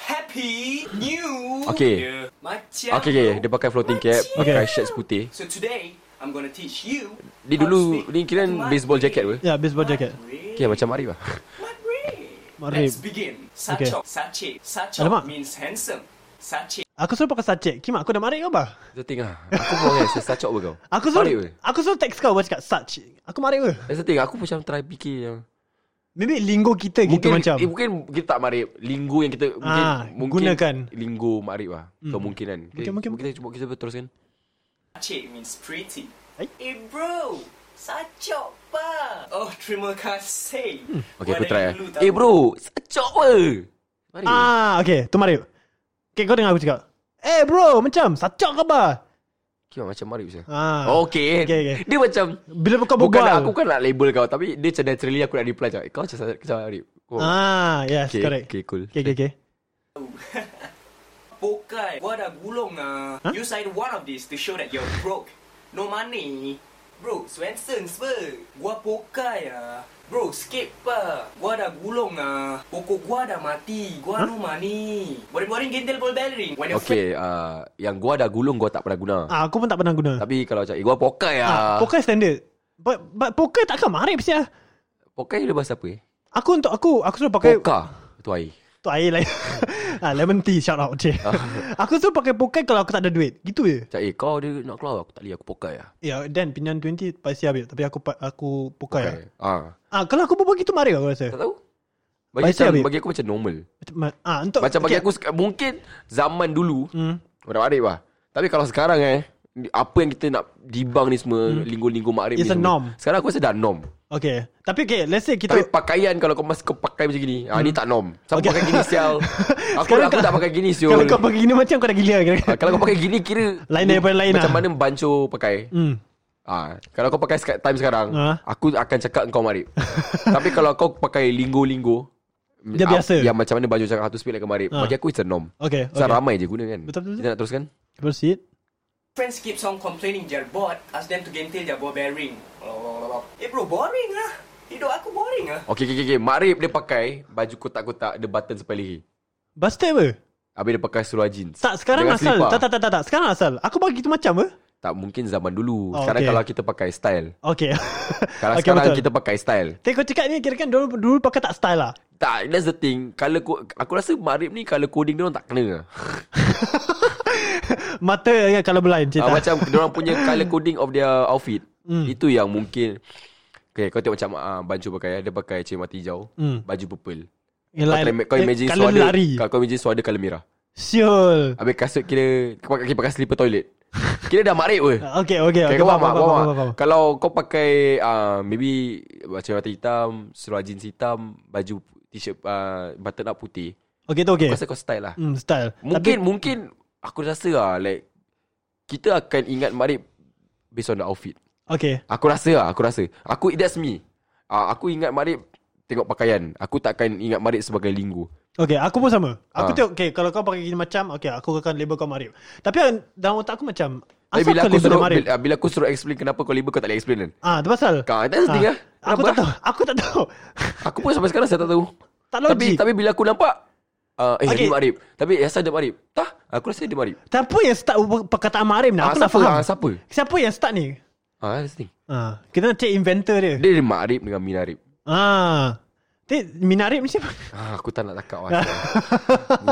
S7: Happy New
S6: Okay
S7: Year, Macam.
S6: Okay, okay. Dia pakai floating cap
S4: Okay.
S6: Pakai shirts putih
S7: So today I'm gonna teach you.
S6: Dia
S7: how to
S6: dulu
S7: speak
S6: Ni kira
S7: Makrib.
S6: baseball jacket ke
S4: Ya yeah, baseball jacket
S7: Makrib.
S6: Okay macam Makrib lah
S7: Makrib.
S4: Makrib.
S7: Let's begin. Sachok. Sachok. Sachok
S4: Alamak.
S7: means handsome. Sachok.
S4: Aku suruh pakai sachet Kimak aku dah Marib ke apa?
S6: Kita tengah Aku pun kan Sesacok pun kau
S4: Aku suruh
S6: Makrib ke
S4: Aku suruh text kau Aku cakap sach Aku Marib ke?
S6: That's the thing Aku macam try fikir yang
S4: Maybe linggo kita gitu macam
S6: eh, Mungkin kita tak marib Linggo yang kita mungkin,
S4: Ah, gunakan.
S6: Linggo marib lah hmm. Kemungkinan
S4: Mungkin, mungkin.
S6: Kita cuba kita teruskan
S7: Sachok means pretty.
S4: Eh?
S7: Eh bro. Sachok pa. Oh terima kasih.
S6: Hmm. Okay
S7: Buat
S6: aku
S7: dari
S6: try
S7: dulu
S6: eh. Eh
S7: tahu.
S6: bro Sacok apa Marib ah.
S4: Ah okay Tu Marib Okay kau dengar aku cakap Eh bro macam Sacok ke apa?
S6: Kira macam marib saya
S4: Ah.
S6: Okay.
S4: Okay, okay.
S6: Dia macam
S4: Bila kau
S6: Bukan
S4: berbual
S6: aku kan nak label kau Tapi dia macam naturally aku nak reply je Kau macam sa- macam marib oh.
S4: Ah yes
S6: okay,
S4: correct
S6: okay cool
S4: Okay okay okay
S7: Pokai. eh? What a gulong ah.
S4: Huh?
S7: You said one of these to show that you're broke. No money. Bro, Swenson spur. Gua pokai ah. Bro, skip eh? pa. Gua dah gulong ah. Pokok gua dah mati. Gua no money. Boring-boring gentel ball bearing. When your
S6: Okay uh, Yang gua dah gulung Gua tak pernah guna
S4: Ah, aku pun tak pernah guna.
S6: Tapi kalau macam eh, Gua pokai
S4: Ah,
S6: lah
S4: poker standard. But, but poker takkan marip sia.
S6: Pokai dia bahasa apa eh
S4: Aku untuk aku aku suruh pakai
S6: Poka Itu air
S4: tu air lain. ah, lemon tea shout out je. aku suruh pakai poker kalau aku tak ada duit. Gitu je.
S6: Macam eh kau dia nak keluar Aku tak boleh aku pokai lah
S4: Ya, Dan pinjam 20 paisi habis tapi aku pa- aku poker. Ya.
S6: Okay. Ah,
S4: Ah, kalau aku berbual gitu marip aku rasa.
S6: tak tahu. Bagi,
S4: Baik,
S6: macam,
S4: Habib.
S6: bagi aku macam normal.
S4: Macam- ma- Ah, untuk
S6: Hmm. Macam bagi
S4: okay.
S6: aku sek- mungkin zaman dulu
S4: Hmm.
S6: orang arif lah. Tapi kalau sekarang eh apa yang kita nak dibang ni semua linggo-linggo makrif
S4: Hmm. It's a
S6: ni semua.
S4: norm.
S6: Sekarang aku rasa dah norm.
S4: Okay. Tapi okay, let's say kita
S6: Tapi pakaian kalau kau masih kau pakai macam gini, ah ni tak norm. Siapa
S4: Hmm. Okay.
S6: pakai gini sial? Aku
S4: Sekarang
S6: aku
S4: kau-
S6: tak pakai gini siul.
S4: kalau kau pergi gini macam kau dah gila kira.
S6: Ah, kalau kau pakai gini kira
S4: Lain daripada lain
S6: Macam
S4: lah.
S6: mana banco pakai
S4: Hmm.
S6: Ah, kalau kau pakai seka- time sekarang,
S4: Ah.
S6: aku akan cakap kau marip. Tapi kalau kau pakai linggo-linggo
S4: Dia
S6: ah,
S4: biasa.
S6: Yang macam mana baju cakap How to speak like a marip
S4: Ah.
S6: Bagi aku it's a norm
S4: Okay.
S6: Sebab
S4: okay.
S6: ramai je guna kan
S4: Betul, betul, betul.
S6: Kita nak teruskan
S4: Proceed.
S7: friends keeps on complaining they're bored, ask them to gentel their ball bearing. Eh bro, boring lah. Hidup aku boring ah.
S6: Okay, okay, okay Marip dia pakai Baju kotak-kotak Dia button sampai leher
S4: Bastard apa?
S6: Habis dia pakai seluar jeans
S4: Tak sekarang
S6: Dengan
S4: asal.
S6: selipar.
S4: Tak, tak tak tak tak. Sekarang asal. Aku bagi gitu macam apa?
S6: Tak mungkin zaman dulu
S4: Oh,
S6: Sekarang
S4: okay.
S6: kalau kita pakai style
S4: Okay.
S6: Kalau
S4: Okay,
S6: sekarang
S4: betul.
S6: kita pakai style
S4: Tapi kau cakap ni kira kan dulu, dulu pakai tak style lah.
S6: Tak, that's the thing Color ko- Aku rasa Marip ni Color coding dia orang tak kena
S4: Mata yang kalau blind
S6: Ah,
S4: cerita.
S6: macam orang punya color coding of their outfit. Itu yang mungkin Okay, kau tengok macam uh, baju pakai eh, Dia pakai cermat hijau
S4: Hmm.
S6: Baju purple
S4: yang
S6: Kau, try, kau imagine
S4: kalau
S6: suara
S4: lari.
S6: Kau, kau imagine suara color merah
S4: Siul.
S6: Habis kasut kira Kau pakai, kau pakai slipper toilet Kira dah makrib pun
S4: Okay, okay, okay.
S6: Okay, kau faham, tak? Kau faham, tak?
S4: faham.
S6: Kalau kau pakai uh, Maybe Macam mata hitam Seluar jeans hitam Baju T-shirt uh, Button up putih
S4: Okay, tu okay.
S6: Kau rasa kau style lah
S4: Hmm, style.
S6: Mungkin mungkin Aku rasa lah Like Kita akan ingat makrib Based on the outfit
S4: Tapi, okay.
S6: Aku rasa lah Aku rasa Aku That's me uh, Aku ingat Marib Tengok pakaian Aku takkan ingat Marib sebagai linggu
S4: Okay, aku pun sama. Aku
S6: Ah.
S4: tengok, okay, kalau kau pakai gini macam, okay, aku akan label kau Marib. Tapi ah, dalam otak aku macam, asal
S6: Tapi bila
S4: kau
S6: aku
S4: label
S6: suruh
S4: dia Marib?
S6: bila, bila aku suruh explain Kenapa kau label Kau tak boleh explain kan
S4: Ah, tu pasal. Ah.
S6: Kau tak ada tiga
S4: Aku tak tahu. Aku tak tahu.
S6: Aku pun sampai sekarang Saya tak tahu
S4: Tak
S6: Tapi
S4: logik.
S6: tapi bila aku nampak uh, Eh
S4: Okay.
S6: dia Marib Tapi asal dia Marib Tah Aku rasa dia Marib
S4: Siapa yang start perkataan Marib ni? Aku nak
S6: Ah, siapa?
S4: faham.
S6: Ah, siapa
S4: Siapa yang start ni?
S6: Ah, that's the thing.
S4: Ah, kita nak check inventor dia.
S6: Dia dari Makrib dengan Minarib.
S4: Ah. Dia minarib ni siapa?
S6: Ah, aku tak nak takak lah.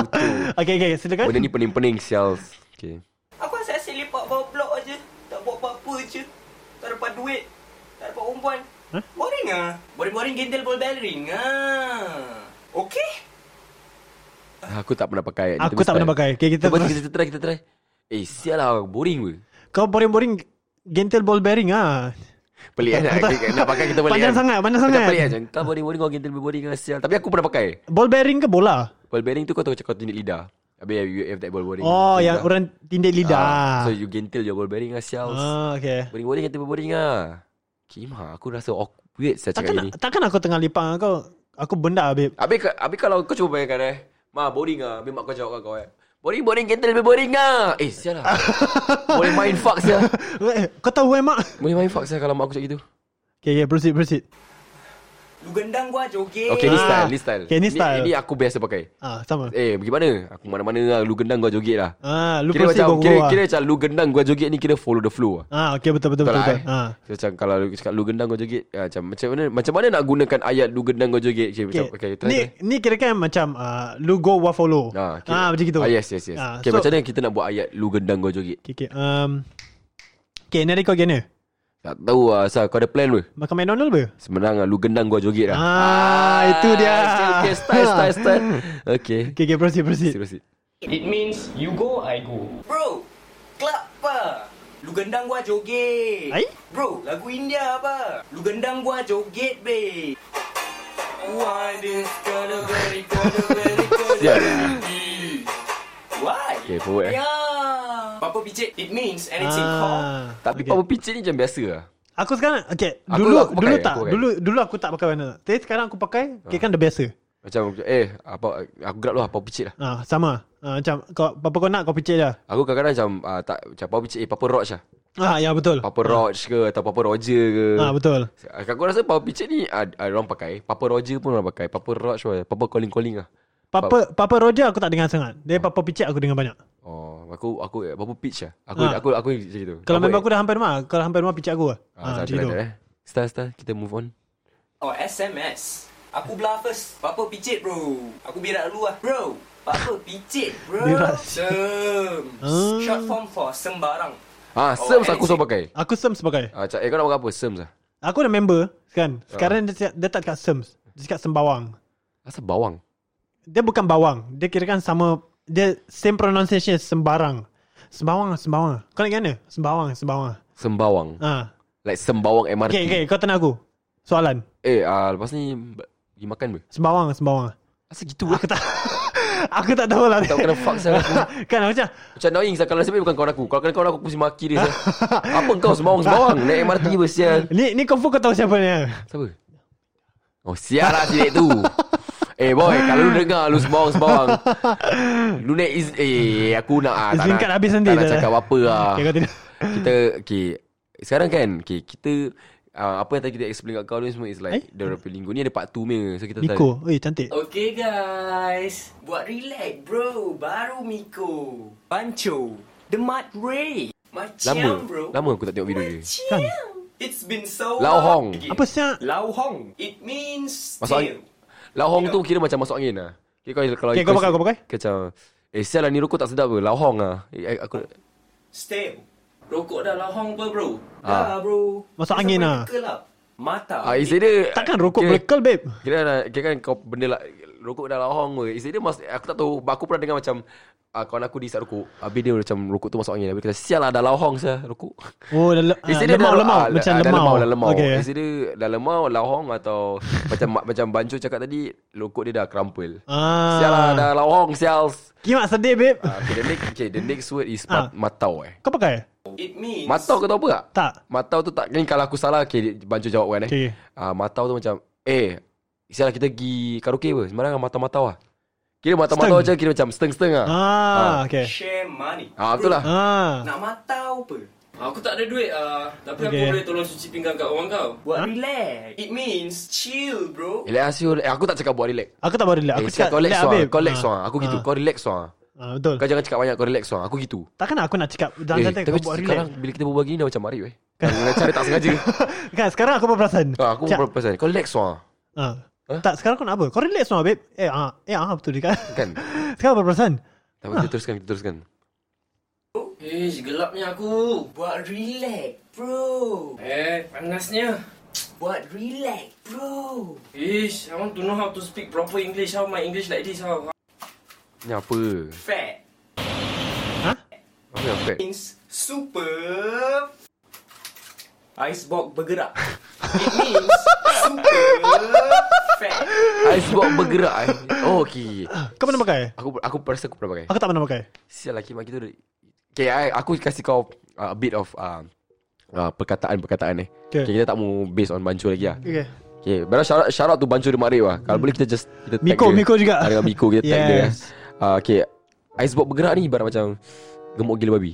S6: Betul.
S4: okay, okay, silakan.
S6: Benda Oh, ni pening-pening sial. Okay.
S7: Aku asyik-asyik lepak bawah blok aje. Tak buat apa-apa je. Tak dapat duit. Tak dapat perempuan. Huh? Boring ah. Boring-boring gendel ball bearing ah. Okey.
S6: Ah, Aku tak pernah pakai.
S4: Aku tak pernah pakai. Okay, kita
S6: Kita
S4: terus.
S6: terus. Kita try, kita try. Eh, sial lah. Boring pun.
S4: Kau boring-boring gentle ball bearing ah.
S6: Pelik kan?
S4: Tak-
S6: Nak- Nak pakai kita pelik
S4: Panjang
S6: kan?
S4: sangat, panjang
S6: Kita
S4: sangat.
S6: pelik kan? Macam, Kau boring-boring kau gentle boring kan sial. Tapi aku pernah pakai.
S4: Ball bearing ke bola?
S6: Ball bearing tu kau tahu macam kau tindik lidah. Habis you have that ball bearing.
S4: Oh,
S6: Tindik
S4: yang
S6: lidah.
S4: orang tindik
S6: Ah,
S4: lidah.
S6: So you gentle your ball bearing lah sial.
S4: Ah, okay.
S6: Boring-boring gentle boring lah. Kimah, aku rasa awkward saya cakap
S4: Takkan
S6: gini.
S4: takkan aku tengah lipat dengan kau. Aku benda babe.
S6: Habis, ka- habis kalau kau cuba bayangkan eh Ma boring ah Habis mak kau jawab kau eh Boring boring Kita lebih boring ah Eh sial lah Boleh main fuck sial
S4: Eh, Kau tahu eh mak?
S6: Boleh main fuck sial Kalau mak aku cakap gitu
S4: Okay, okay, proceed, proceed.
S7: Lu gendang gua aje okey.
S6: Okay
S4: Ah.
S6: ni style Ni style
S4: Okay, ni style.
S6: Ni, ni aku biasa pakai
S4: Ah, sama.
S6: Eh pergi mana Aku mana-mana lah Lu gendang gua joget lah
S4: Ah, lu
S6: Kira
S4: proceed
S6: macam
S4: gua
S6: kira,
S4: keluar.
S6: kira macam Lu gendang gua joget ni Kira follow the flow lah
S4: Ah, okay, betul betul
S6: Betul
S4: betul. betul.
S6: lah eh
S4: Ah.
S6: so, Macam kalau lu cakap Lu gendang gua joget ah, macam, macam mana Macam mana nak gunakan ayat Lu gendang gua joget Okay,
S4: Okay.
S6: macam, okay try,
S4: ni
S6: try.
S4: ni kira kan macam uh, lu go wa follow.
S6: Ah, okay.
S4: ah macam gitu.
S6: ah, Yes yes yes
S4: Ah,
S6: Okay
S4: so-
S6: macam mana kita nak buat ayat Lu gendang gua joget
S4: Okay, okay. Um, okay, nanti kau gana.
S6: Tak tahu lah Asal kau ada plan ke
S4: Makan McDonald apa?
S6: Semenang lah Lu gendang gua joget
S4: Ah,
S6: lah
S4: itu dia. Ah.
S6: Okay, okay style style style Okay
S4: Okay, okay, proceed, proceed.
S6: Serius
S8: It means you go, I go.
S7: Bro, club apa? Lu gendang gua joget.
S4: Ai?
S7: Bro, lagu India apa? Lu gendang gua joget, be. Why this color very color very color?
S6: Sial.
S7: Why?
S6: Okay forward eh
S7: Ya. Papa picit. It means anything called.
S4: Ah,
S6: Tapi okay. power picit ni macam biasa lah
S4: Aku sekarang okay,
S6: Aku-
S4: dulu
S6: aku pakai,
S4: dulu
S6: aku
S4: tak.
S6: pakai. Ah.
S4: dulu dulu aku tak pakai warna. Tapi sekarang aku pakai, okay, kan dah biasa.
S6: Macam eh apa Aku gerak lu lah power picit lah
S4: Ah, sama. Ah, macam kau apa kau nak kau picit je.
S6: Aku kadang-kadang macam ah, tak, Macam power picit Eh Papa Roach lah
S4: Ah, ya betul.
S6: Papa Roach ke Atau Papa Roger ke
S4: Ah, betul.
S6: Aku rasa power picit ni ah, ah, Orang pakai Papa Roger pun orang pakai Papa Roach pun Papa calling-calling lah
S4: Papa Papa Roger aku tak dengar sangat. Dia Papa picit aku dengar banyak.
S6: Oh, aku aku eh, Papa pitch lah. Aku
S4: Ah.
S6: aku aku macam gitu.
S4: Kalau
S6: Papa-
S4: member aku dah hampir rumah, kalau hampir rumah picit aku. Ah, ah
S6: ah,
S4: macam
S6: macam
S4: gitu.
S6: mana eh? Star star kita move on.
S7: Oh, SMS. Aku belah first. Papa picit, bro. Aku birak dulu lah. Bro, Papa picit, bro.
S4: Birak.
S7: Sem.
S4: Ah.
S7: Short form for sembarang.
S6: Ah,
S7: Oh,
S6: Sems aku
S7: anything.
S6: selalu pakai.
S4: Aku SEMS pakai.
S6: Ah, cak, eh kau nak pakai apa? Sems lah.
S4: Aku dah member kan. Sekarang dia, dia tak dekat SEMS. Dia dekat Sembawang.
S6: Asal bawang.
S4: Dia bukan bawang. Dia kira kan sama dia same pronunciation sembarang. Sembawang, sembawang. Kau nak gana? Sembawang, sembawang.
S6: Sembawang.
S4: Ah.
S6: Like sembawang MRT.
S4: Okay, okay, kau tanya aku. Soalan.
S6: Eh, ah, lepas ni b- pergi makan ke?
S4: Sembawang, sembawang.
S6: Asal gitu lah.
S4: Aku tak Aku tak tahu lah
S6: Tak kena fuck saya aku.
S4: Kan macam
S6: Macam annoying saya kalau sebab bukan kawan aku. Kalau kena kawan aku aku mesti maki dia. sial. apa kau sembawang-sembawang? Naik MRT bersial.
S4: Ni ni confirm kau tahu siapa ni kan?
S6: Siapa? Oh, sial lah sidik tu. Eh boy, kalau lu dengar lu sembawang-sembawang. Lu naik iz- eh aku nak ah, tak
S4: Izin
S6: nak-
S4: kad habis nanti,
S6: Tak nak
S4: tak
S6: cakap
S4: nak.
S6: apa lah.
S4: Okay kau tidak
S6: kita okay, sekarang kan okay, kita uh, apa yang tadi kita explain kat kau ni semua is like
S4: Eh?
S6: dalam minggu ni ada part 2 ni so kita tak-
S4: Miko Oi Eh, cantik
S7: Okay guys, buat relax bro, baru Miko. Pancho, The Mud Ray. Macam
S6: lama
S7: bro.
S6: lama aku tak tengok video dia
S7: Macam.
S4: Kan?
S7: It's been so
S6: Lau
S7: long.
S6: Hong.
S7: Okay.
S4: Apa siap
S7: Lau Hong. It means
S6: masuk angin
S7: tail.
S6: lahong tu kira macam masuk angin lah okay, kau, kalau
S4: Okay, Ya. kau pakai, kau pakai.
S6: macam eh sial lah ni rokok tak sedap ke lahong lah eh, aku
S7: Stale. Rokok dah Lau Hong apa bro? Dah
S6: Ah.
S7: bro.
S4: Masuk
S7: Dia
S4: angin
S7: sampai
S4: lah.
S7: teka lah. Mata.
S6: ah, isi dia
S4: Takkan rokok
S6: kira-
S4: berkal babe
S6: Kira nak kira kan kau benda lah rokok dah lahong weh. Isteri dia mas aku tak tahu aku pernah dengar macam uh, kawan aku diisap rokok. Habis dia macam rokok tu masuk angin. Habis kata sial lah dah lahong sah rokok.
S4: Oh le- ah,
S6: Isteri
S4: lemau
S6: dah-
S4: lemau
S6: ah,
S4: Macam
S6: ah, dah
S4: lemau
S6: dah lemau.
S4: Okay
S6: Isteri dia dah lemau, lahong atau macam macam Bancu cakap tadi rokok dia dah crumple.
S4: Ah.
S6: Sial lah dah lahong sial.
S4: Kimak sedih babe
S6: Ah, okay, the next, okay, the next word is
S4: Ah.
S6: mat, matau eh.
S4: Kau pakai
S7: It means.
S6: Matau kau tahu apa tak?
S4: Tak
S6: Matau tu tak Ni kalau aku salah Okay Bancu jawab kan eh
S4: Okay.
S6: Ah, Matau tu macam Eh Sial lah kita pergi karaoke apa Sembarang matau-matau lah Kira matau-matau
S4: Steng.
S6: je Kira macam steng-steng lah
S4: Ah okay
S7: Share money.
S6: Ah, betul lah
S4: Ah
S7: Nak matau apa?
S8: Aku tak ada duit ah, tapi
S4: Okay.
S8: aku boleh tolong cuci pinggan kat orang kau.
S7: Buat relax. It means chill bro.
S6: Relax Asyul eh, Aku tak cakap buat relax
S4: Aku tak boleh relax
S6: Aku
S4: Aku
S6: eh, cakap kau relax
S4: relax
S6: suang
S4: babe
S6: Kau relax
S4: Ah,
S6: suang Aku gitu
S4: ah,
S6: Kau relax suang
S4: ah, Betul
S6: Kau jangan cakap banyak Kau relax suang Aku gitu
S4: Takkan aku nak cakap Jangan
S6: Eh
S4: santai
S6: tapi
S4: kau buat
S6: sekarang
S4: relax
S6: Bila kita berbual gini Dah macam marib eh Macam dia tak sengaja
S4: Kan sekarang aku berperasan
S6: ah, Aku
S4: Cak,
S6: berapa pasal Kau relax lah
S4: ah.
S6: Huh?
S4: Tak sekarang kau nak apa Kau relax lah babe Eh ah, eh, ah betul dia kan
S6: Kan
S4: Sekarang berperasan
S6: Tak
S4: Ah.
S6: apa kita teruskan Kita teruskan
S8: Ish, gelapnya aku.
S7: Buat relax, bro.
S8: Eh, panasnya.
S7: Buat relax, bro.
S8: Ish, I want to know how to speak proper English. How my English like this? How?
S6: Ni apa
S7: Fat
S6: Apa yang fat
S7: means super. Icebox bergerak. It means super fat.
S6: Icebox bergerak eh Oh okay
S4: Kau pernah pakai
S6: Aku aku rasa aku pernah pakai
S4: Aku tak pernah pakai
S6: Sial lelaki mak kita dah- Okay I, aku kasih kau uh, A bit of uh, uh, Perkataan-perkataan eh
S4: Okay.
S6: okay. okay. Kita tak mau Based on bancu lagi lah
S4: Okay Hmm.
S6: Okay Berang shout out, shout out to Bancu di Makrib lah Kalau boleh kita just kita tag
S4: Miko,
S6: dia.
S4: Miko juga.
S6: Ah, Dengan Miko kita tag dia
S4: Yes.
S6: uh, Okay Icebox bergerak ni ibarat macam Gemuk gila babi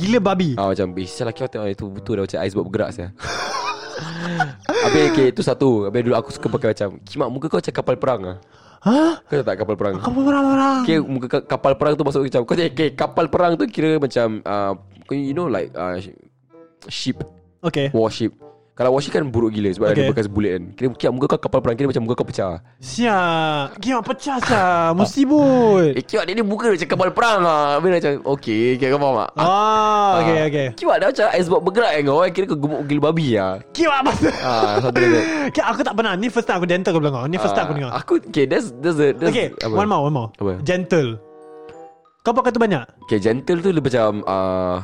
S4: Gila babi
S6: Ah macam Eh sial lah kau tengok Itu betul dah macam Icebox bergerak saya Habis okay Itu satu Habis dulu aku suka pakai macam Kimak muka kau macam kapal perang lah
S4: Hah?
S6: Kau tahu tak kapal perang
S4: Apa orang-orang
S6: Okay muka ka- kapal perang tu maksud macam Kau tengok okay, kapal perang tu kira macam uh, You know like uh, Ship
S4: Okay
S6: Warship Kalau warship kan buruk gila Sebab okay.
S4: Okay.
S6: ada bekas bullet kan Kira kira muka kau kapal perang Kira macam muka kau pecah
S4: Siap Gila pecah siap Mesti bot
S6: Eh kiwak dia ni muka macam kapal perang lah Habis macam Okay Kira kau faham tak
S4: Ah Okay
S6: Ah,
S4: okay
S6: Kiwak dia macam Icebox bergerak kan kau eh. Kira kau gemuk gila babi lah
S4: Kiwa apa
S6: Ah, satu lagi.
S4: Okay aku tak pernah Ni first time aku dental aku bilang kau Ni first time aku dengar
S6: Ah, Aku Okay that's, that's, the, that's
S4: Okay One more one more
S6: Apa?
S4: Gentle Kau pakai tu banyak
S6: Okay gentle tu lebih macam uh,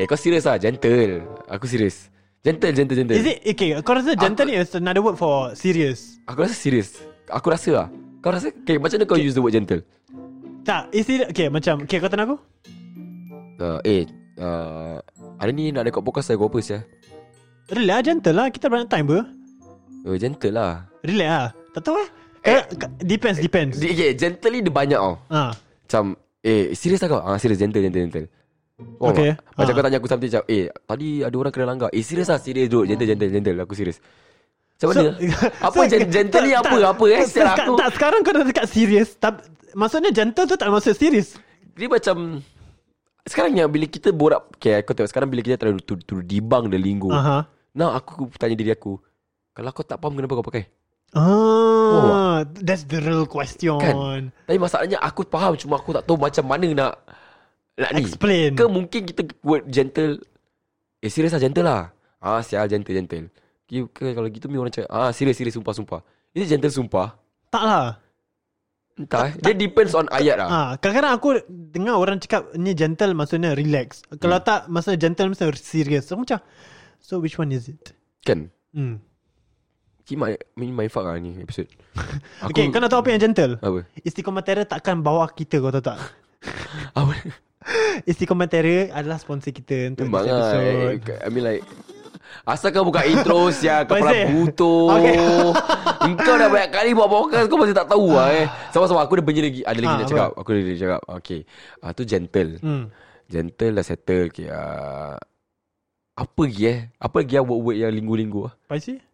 S6: Eh kau serius lah Gentle Aku serius Gentle gentle gentle
S4: Is it Okay kau rasa gentle ni Is another word for Serious
S6: Aku rasa serius Aku rasa lah Kau rasa okay, Macam mana kau use the word gentle
S4: Tak Is it Okay macam Okay kau tanya aku
S6: uh, Eh uh, Hari ni nak rekod podcast Saya apa ya
S4: Relax gentle lah Kita banyak time ber
S6: uh, Gentle lah
S4: Relax lah Tak tahu eh Eh, depends, depends.
S6: Di- Okay gentle ni dia banyak tau
S4: Ah,
S6: Macam Eh serius lah kau ah, Serius gentle gentle gentle Oh,
S4: Okay. Ah.
S6: Macam kau tanya aku something macam Eh tadi ada orang kena langgar Eh serius lah serius bro Gentle gentle gentle Aku serius Macam mana Oh, Apa gen- gentle ni apa Apa eh
S4: tak,
S6: Sial
S4: tak,
S6: aku
S4: tak, sekarang kau dah dekat serius tak, Maksudnya gentle tu tak maksud serius
S6: Dia macam Sekarang yang bila kita borak Okay aku tengok Sekarang bila kita try to, to debunk the lingo uh-huh.
S4: Aha.
S6: Now aku tanya diri aku Kalau kau tak faham Kenapa kau pakai
S4: Ah, that's the real question.
S6: Oh. Kan? Tapi masalahnya aku faham Cuma aku tak tahu macam mana nak Nak ni
S4: Explain.
S6: Ke mungkin kita word gentle Eh serius lah gentle lah Ah sial gentle gentle Okay, ke- Kalau gitu ni orang cakap Ah serius serius sumpah sumpah Is it gentle sumpah
S4: Tak lah.
S6: Entah eh. Dia depends on ayat lah
S4: Ah, kadang-kadang aku dengar orang cakap ni gentle maksudnya relax.
S6: Hmm.
S4: Kalau tak maksudnya gentle maksudnya serious. Aku macam so which one is it?
S6: Kan
S4: Hmm.
S6: Kimak Ini main fuck lah ni episode aku,
S4: Okay, kau nak tahu apa yang gentle?
S6: Apa
S4: Istiqomatera takkan bawa kita kau tahu tak?
S6: Ah, Apa
S4: Istiqomatera adalah sponsor kita untuk
S6: Memang
S4: this
S6: lah eh,
S4: episode.
S6: I mean like Asal kau buka intro Sia Kepala
S4: Masih?
S6: butuh
S4: Okay.
S6: Engkau dah banyak kali Buat podcast Kau masih tak tahu lah eh Sama-sama Aku ada benda lagi Ada lagi
S4: Ah,
S6: nak
S4: apa?
S6: cakap Aku ada lagi nak cakap Okay ah, Tu gentle
S4: Hmm.
S6: Gentle dah settle okay, ah, Apa lagi eh Apa lagi yang word-word Yang linggu-linggu ah?
S4: Paisi?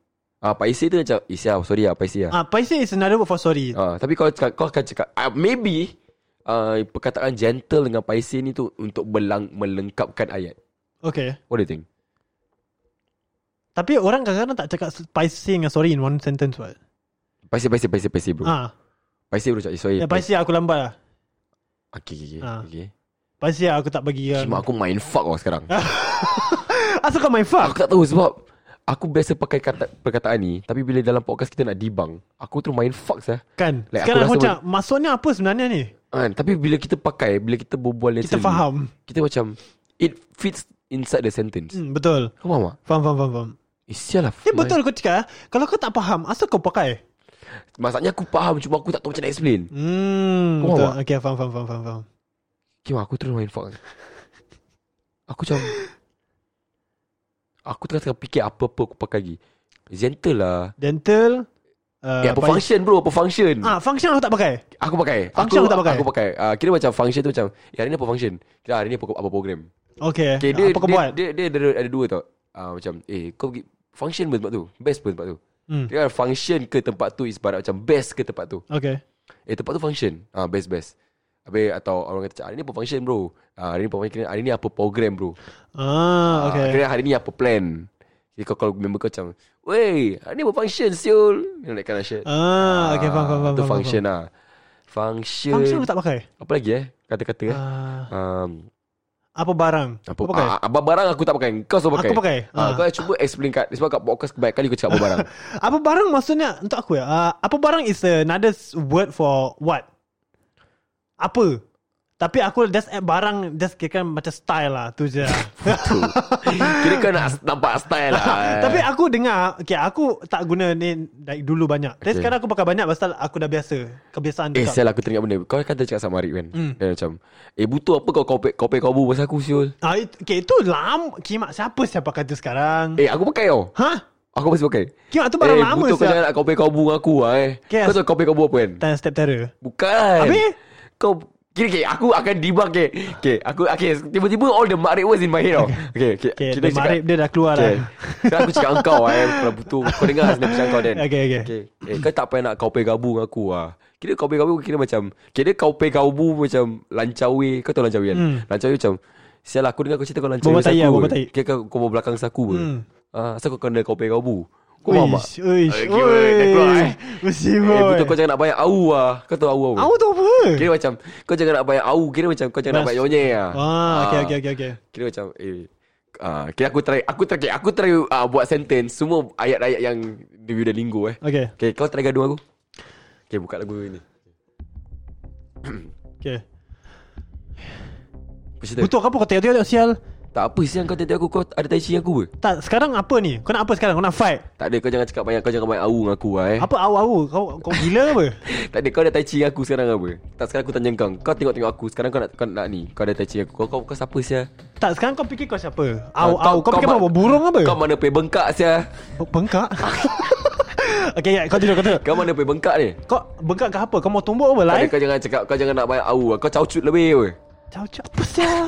S6: Ah, Paisi tu macam Eh sia sorry lah Paisi
S4: Ah,
S6: lah
S4: Paisi is another word for sorry.
S6: ah, Tapi kau, cakap- kau akan cakap ah, Maybe ah, Perkataan gentle dengan Paisi ni tu Untuk belang, melengkapkan ayat
S4: Okay.
S6: What do you think?
S4: Tapi orang kadang-kadang tak cakap paisi dengan sorry in one sentence what?
S6: Paisi, paisi, paisi, paisi bro
S4: Ah,
S6: Paisi bro cakap Sorry
S4: ya, paisi aku lambat lah.
S6: Okay okay okay,
S4: Ah.
S6: okay.
S4: Paisi aku tak bagi kan.
S6: Cuma aku main fuck lah sekarang
S4: Ah. Asal kau main fuck?
S6: Aku tak tahu sebab Aku biasa pakai kata, perkataan ni Tapi bila dalam podcast kita nak debunk Aku terus main fuck sah
S4: Kan
S6: Like,
S4: Sekarang
S6: aku
S4: aku
S6: rasa
S4: macam Maksudnya apa sebenarnya ni
S6: kan? Tapi bila kita pakai Bila kita berbual
S4: Kita
S6: naturally,
S4: faham
S6: Kita macam It fits inside the sentence
S4: hmm, Betul
S6: Kau faham tak?
S4: Faham faham faham, faham.
S6: Eh sial lah
S4: Eh betul aku cakap ah. Kalau kau tak faham Asal kau pakai
S6: Maksudnya aku faham Cuma aku tak tahu macam nak explain
S4: Hmm
S6: Kau
S4: Betul
S6: faham tak?
S4: Okay faham faham faham faham, faham.
S6: Kima aku terus main fuck Aku macam Aku tengah-tengah fikir Apa-apa aku pakai lagi Gentle lah
S4: Dental uh,
S6: Eh apa
S4: pakai-
S6: function bro Apa function
S4: Ah function aku tak pakai
S6: Aku pakai
S4: Function
S6: aku,
S4: kau tak pakai?
S6: Aku pakai uh, Kira macam function tu macam Eh hari ni apa function Kira hari ni apa, apa program
S4: Okay,
S6: okay, dia,
S4: Eh, Apa kau
S6: dia,
S4: buat
S6: Dia, dia, ada, ada dua tau uh, Macam Eh kau pergi Function pun tempat tu Best pun tempat tu
S4: Hmm.
S6: Kira function ke tempat tu Is barat macam best ke tempat tu
S4: Okay
S6: Eh tempat tu function ah Best best Habis atau orang kata, "Cak, hari ni apa function bro? Ah, hari ni apa function? Hari ni apa program bro?
S4: Ah,
S6: Okay.
S4: okay.
S6: Kira hari ni apa plan? Jadi kau kalau member kau macam, "Wey, hari ni apa function siul?" You know, that kind of shit.
S4: Ah, okay, faham, faham, faham.
S6: Itu
S4: faham,
S6: function
S4: faham.
S6: lah. Function.
S4: Function lu tak pakai?
S6: Apa lagi eh? Kata-kata eh.
S4: Ah,
S6: Um,
S4: apa barang?
S6: apa,
S4: Kau pakai?
S6: Ah, ah, barang aku tak pakai. Kau selalu pakai.
S4: Aku pakai. Ah.
S6: Ah, Kau cuba explain kat sebab kat podcast kebanyakan kali kau cakap apa barang.
S4: Apa barang maksudnya untuk aku ya? Uh, apa barang is another s- word for what? Apa? Tapi aku just add barang just kira macam style lah tu je. lah.
S6: Tu. Kira kau nak nampak style lah. eh.
S4: Tapi aku dengar Okay aku tak guna ni Like dulu banyak Tapi
S6: Okay.
S4: sekarang aku pakai banyak Pasal aku dah biasa Kebiasaan
S6: Eh
S4: cakap
S6: sial aku teringat benda Kau kan cakap sama Arik kan
S4: Hmm.
S6: mm. Dan macam Eh butuh apa kau kopi Kopi kau bu pasal aku siul
S4: ah, it, Okay itu lama Kimak siapa siapa kata sekarang
S6: Eh aku pakai tau
S4: Hah?
S6: Aku masih pakai
S4: Kimak tu barang
S6: Eh
S4: lama
S6: butuh kau
S4: siap
S6: jangan nak kopi kau bu dengan aku lah eh
S4: Okay,
S6: Kau tahu kopi kau bu apa kan
S4: Time step terror
S6: Bukan
S4: Habis?
S6: Kau Kira kira aku akan debug okay. okay aku okay tiba-tiba all the Marik words in my head oh. tau. Okay, okay,
S4: Okay, the marib dia dah keluar lah.
S6: Okay.
S4: dah
S6: Sekarang aku cakap engkau eh Kalau butuh Kau dengar sebenarnya aku cakap kau Dan
S4: Okay, okay.
S6: okay. Eh, Kau tak payah nak kau pay gabu dengan aku lah Kira kau pay gabu Kira macam Kira kau pay gabu Macam lancawi Kau tahu lancawi kan
S4: Hmm.
S6: Lancawi macam Sial lah, aku dengar kau cerita kau lancawi
S4: Bawa
S6: pasal
S4: tai lah,
S6: aku
S4: bawa
S6: ke?"
S4: tai.
S6: Kira kau, kau bawa belakang saku ke
S4: Hmm.
S6: Ah, Asal kau kena kau pay gabu Kau faham tak?
S4: Uish, uish,
S6: Okay, weh, dah keluar, eh. Eh,
S4: Musibah
S6: betul kau jangan nak bayar au lah Kau tahu au apa?
S4: Aku tu apa?
S6: Kira macam Kau jangan nak bayar au Kira macam kau jangan nak
S4: Mas-
S6: bayar nyonyek lah
S4: Ah, okay,
S6: Ah.
S4: okay, okay, okay.
S6: Kira macam eh ah kira aku try aku try okay, aku try ah, buat sentence semua ayat-ayat yang di Duolingo eh.
S4: Okay,
S6: Okay, kau try gaduh aku. Okay, buka lagu ni.
S4: okay.
S6: Kau cerita.
S4: Butuh apa kau tengok-tengok sial?
S6: Tak apa siang kau tengok aku kau ada tai chi aku ke?
S4: Tak, sekarang apa ni? Kau nak apa sekarang? Kau nak fight?
S6: Tak ada kau jangan cakap banyak kau jangan main au dengan aku lah eh.
S4: Apa awu-awu? Kau kau gila apa?
S6: Tak ada kau ada tai chi dengan aku sekarang apa? Tak sekarang aku tanya kau. Kau tengok-tengok aku sekarang kau nak kau nak ni. Kau ada tai chi aku. Kau kau, kau siapa sia?
S4: Tak, sekarang kau fikir kau siapa? Awu-awu. Kau fikir apa? Burung apa?
S6: Kau mana pe bengkak sia?
S4: Oh, Bengkak Okay ya, kau tidur kau tidur
S6: Kau mana pe bengkak ni?
S4: Kau bengkak ke apa? Kau mau tumbuk apa
S6: Tak ada
S4: lain?
S6: kau jangan cakap kau jangan nak bayar au. lah. Kau caucut lebih apa?
S4: Cao cao apa sial?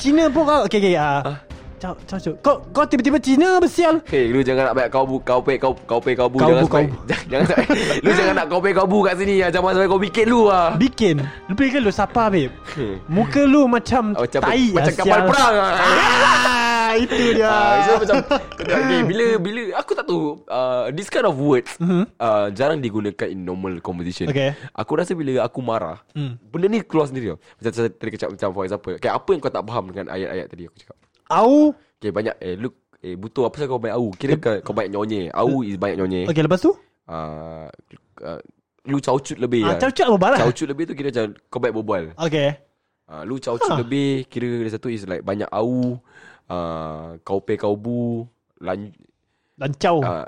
S4: Cina pun kau Okay okay
S6: Hah?
S4: ah. Cao cao cao Kau kau tiba-tiba Cina apa sial?
S6: Hei, lu jangan nak banyak kau bu, kau pe, kau kau pe, kau bu,
S4: Kau
S6: jangan
S4: bu, kau
S6: sampai. jangan sampai. lu jangan nak kau pe, kau bu kat sini. ah. Jangan sampai kau bikin lu ah.
S4: Bikin Lu pergi ke lu sapa babe Muka lu macam
S6: Ah, Hmm. Macam
S4: tai lah,
S6: macam kapal
S4: sial.
S6: perang ah.
S4: Ah, itu dia.
S6: Ah, so macam okay, bila bila aku tak tahu uh, this kind of words
S4: Mhm.
S6: uh, jarang digunakan in normal conversation.
S4: Okay.
S6: Aku rasa bila aku marah,
S4: Hmm.
S6: benda ni keluar sendiri tau. Macam tadi kau cakap macam for example, okay, apa yang kau tak faham dengan ayat-ayat tadi aku cakap?
S4: Au.
S6: Okay, banyak eh lu eh butuh apa pasal kau banyak au? Kira kau, kau banyak nyonye. Au is banyak nyonye.
S4: Okay lepas tu?
S6: Ah, uh, lu caucut lebih
S4: Ah,
S6: lah.
S4: caucut apa barang? eh.
S6: Caucut lebih tu kira macam kau baik berbual.
S4: Okay.
S6: Uh, lu caucut
S4: Ha.
S6: lebih kira ada satu is like banyak au, uh, kau pe kau bu, lan,
S4: Lancau.
S6: uh,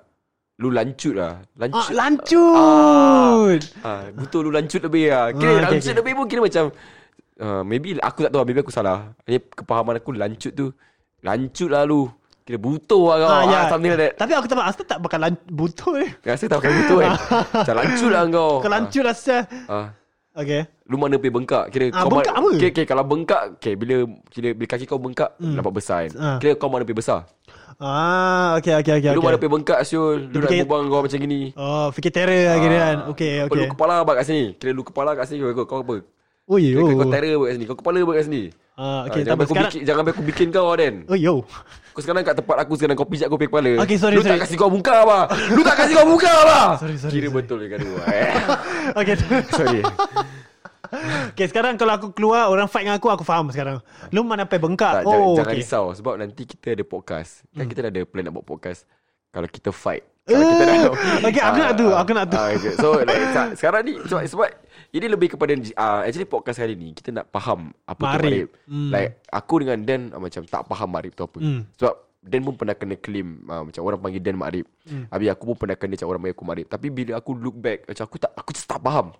S6: lu lancut lah.
S4: Oh. Ah,
S6: Lancut.
S4: lancut.
S6: Ah, betul lu lancut lebih lah. Kira
S4: Ah, okay,
S6: lancut
S4: okay.
S6: lebih pun kira macam uh, maybe aku tak tahu lah, maybe aku salah. Ini kepahaman aku lancut tu. Lancut lah lu. Kira butuh lah kau. Ah,
S4: ya.
S6: something like that.
S4: Tapi aku tak asal tak bakal lan- butuh eh.
S6: Rasa tak pakai butuh kan. Macam lancut lah kau.
S4: Kau lancut lah sial.
S6: Ah, ah.
S4: Okay.
S6: Lu mana pergi bengkak Kira
S4: Ah,
S6: kau
S4: bengkak
S6: mana,
S4: apa?
S6: Okay, okay, kalau bengkak okay, bila, bila bila kaki kau bengkak hmm. Nampak besar kan
S4: Ah.
S6: Kira kau mana pergi besar
S4: Ah, okay, okay, okay.
S6: Lu
S4: okay.
S6: mana pergi bengkak Syul Lu nak
S4: fikir-
S6: berbual kau macam gini
S4: Oh, fikir terror lah kira kan.
S6: Ah,
S4: Okay,
S6: kau-
S4: okay.
S6: Lu kepala abang kat sini Kira lu kepala kat sini Kau, kau apa
S4: Oh, yo.
S6: Kira kau terror abang kat sini Kau kepala abang kat sini
S4: Ah, okay, tambah
S6: jangan biar aku
S4: sekarang.
S6: bikin, jangan biar aku bikin kau Dan
S4: Oh, yo.
S6: Kau sekarang kat tempat aku Sekarang kau pijak kau pergi kepala
S4: Okay, sorry,
S6: Lu
S4: sorry.
S6: tak kasih kau buka apa Lu tak kasih kau buka apa
S4: Sorry, sorry,
S6: Kira
S4: sorry.
S6: betul dia gaduh eh.
S4: Okay.
S6: Sorry
S4: okay, sekarang kalau aku keluar, orang fight dengan aku, aku faham sekarang. Lu mana sampai bengkak? oh,
S6: Tak, jangan, jangan
S4: okay. Hmm.
S6: risau sebab nanti kita ada podcast. Kan kita dah ada plan nak buat podcast. Kalau kita fight.
S4: Eh,
S6: Kalau kita
S4: okay, aku nak tu, aku nak tu.
S6: Ah, okay. So like, sa- sekarang ni sebab, sebab ini lebih kepada uh, actually podcast kali ni kita nak faham apa tu
S4: Marib.
S6: marib.
S4: Hmm.
S6: Like aku dengan Dan ah, macam tak faham marib tu apa.
S4: Hmm.
S6: Sebab Dan pun pernah kena claim ah, macam orang panggil Dan marib.
S4: Hmm.
S6: Habis aku pun pernah kena macam orang panggil aku marib. Tapi bila aku look back macam aku tak aku just tak faham.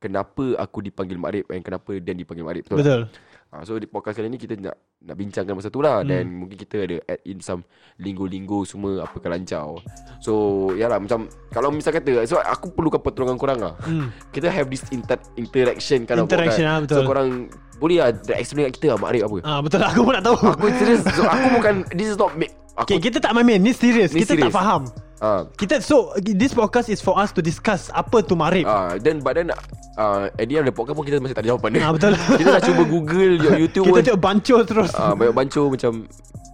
S6: Kenapa aku dipanggil Marib Dan kenapa Dan dipanggil Marib Betul tak?
S4: Betul.
S6: Ha, so di podcast kali ni kita nak nak bincangkan pasal tu
S4: Hmm.
S6: lah dan mungkin kita ada add in some lingo-lingo semua apa kelancau. So yalah macam kalau misal kata so aku perlukan pertolongan korang lah.
S4: Hmm.
S6: Kita have this inter- interaction kalau
S4: Interaction lah, betul.
S6: So korang boleh lah direct explain kat kita lah Mak Arif apa.
S4: Ah, betul aku pun nak tahu.
S6: Aku serius so, aku bukan this is not make aku
S4: Okay, kita tak main-main. Ni serius.
S6: Ni
S4: Kita tak
S6: serious.
S4: faham.
S6: ah
S4: Kita so this podcast is for us to discuss apa tu marib.
S6: ah then but then uh, At the end of the podcast pun Kita masih tak ada jawapan dia
S4: Ah, betul.
S6: Kita dah cuba google tengok YouTube
S4: Kita
S6: pun
S4: tengok bancur terus
S6: Ah, banyak banco macam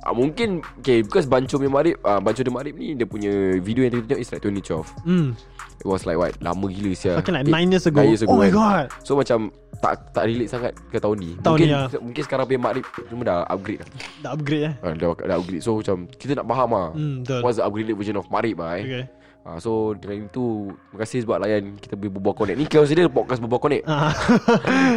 S6: ah, Mungkin Okay because banco punya Marib ah, Banco the Marib ni Dia punya video yang kita tengok Is like 2012
S4: Hmm
S6: It was like what Lama gila siya
S4: Fucking like 9 years ago
S6: Nine years ago
S4: Oh
S6: kan.
S4: my god
S6: So macam Tak tak relate sangat Ke tahun ni
S4: Tahun
S6: mungkin,
S4: ni, ah.
S6: Mungkin sekarang punya Marib Semua dah upgrade dah
S4: Dah upgrade eh
S6: Ah, dah, dah upgrade So macam Kita nak faham lah
S4: Hmm, betul.
S6: What's the upgraded version of Marib lah eh
S4: Okay
S6: Ah, so dengan itu Terima kasih sebab layan Kita boleh berbual connect Ni consider podcast berbual connect
S4: Ah.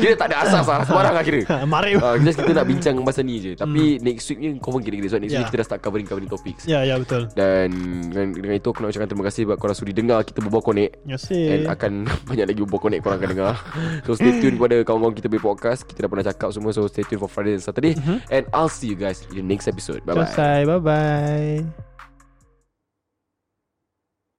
S6: Kira tak ada asas lah Sebarang lah kira
S4: Marib.
S6: Ah, Just kita nak bincang pasal ni je Tapi next week ni Confirm kira-kira So next
S4: Hmm. Ya.
S6: week kita dah start covering-covering topics
S4: Ya ya betul
S6: Dan dengan, dengan itu aku nak ucapkan terima kasih Sebab korang sudi dengar kita berbual connect
S4: Terima
S6: And
S4: kasih
S6: akan banyak lagi berbual connect korang akan dengar So stay tuned kepada kawan-kawan kita punya podcast Kita dah pernah cakap semua
S4: Mhm.
S6: So stay tuned for Friday and Saturday And I'll see you guys in the next episode Bye-bye
S4: Selesai Bye bye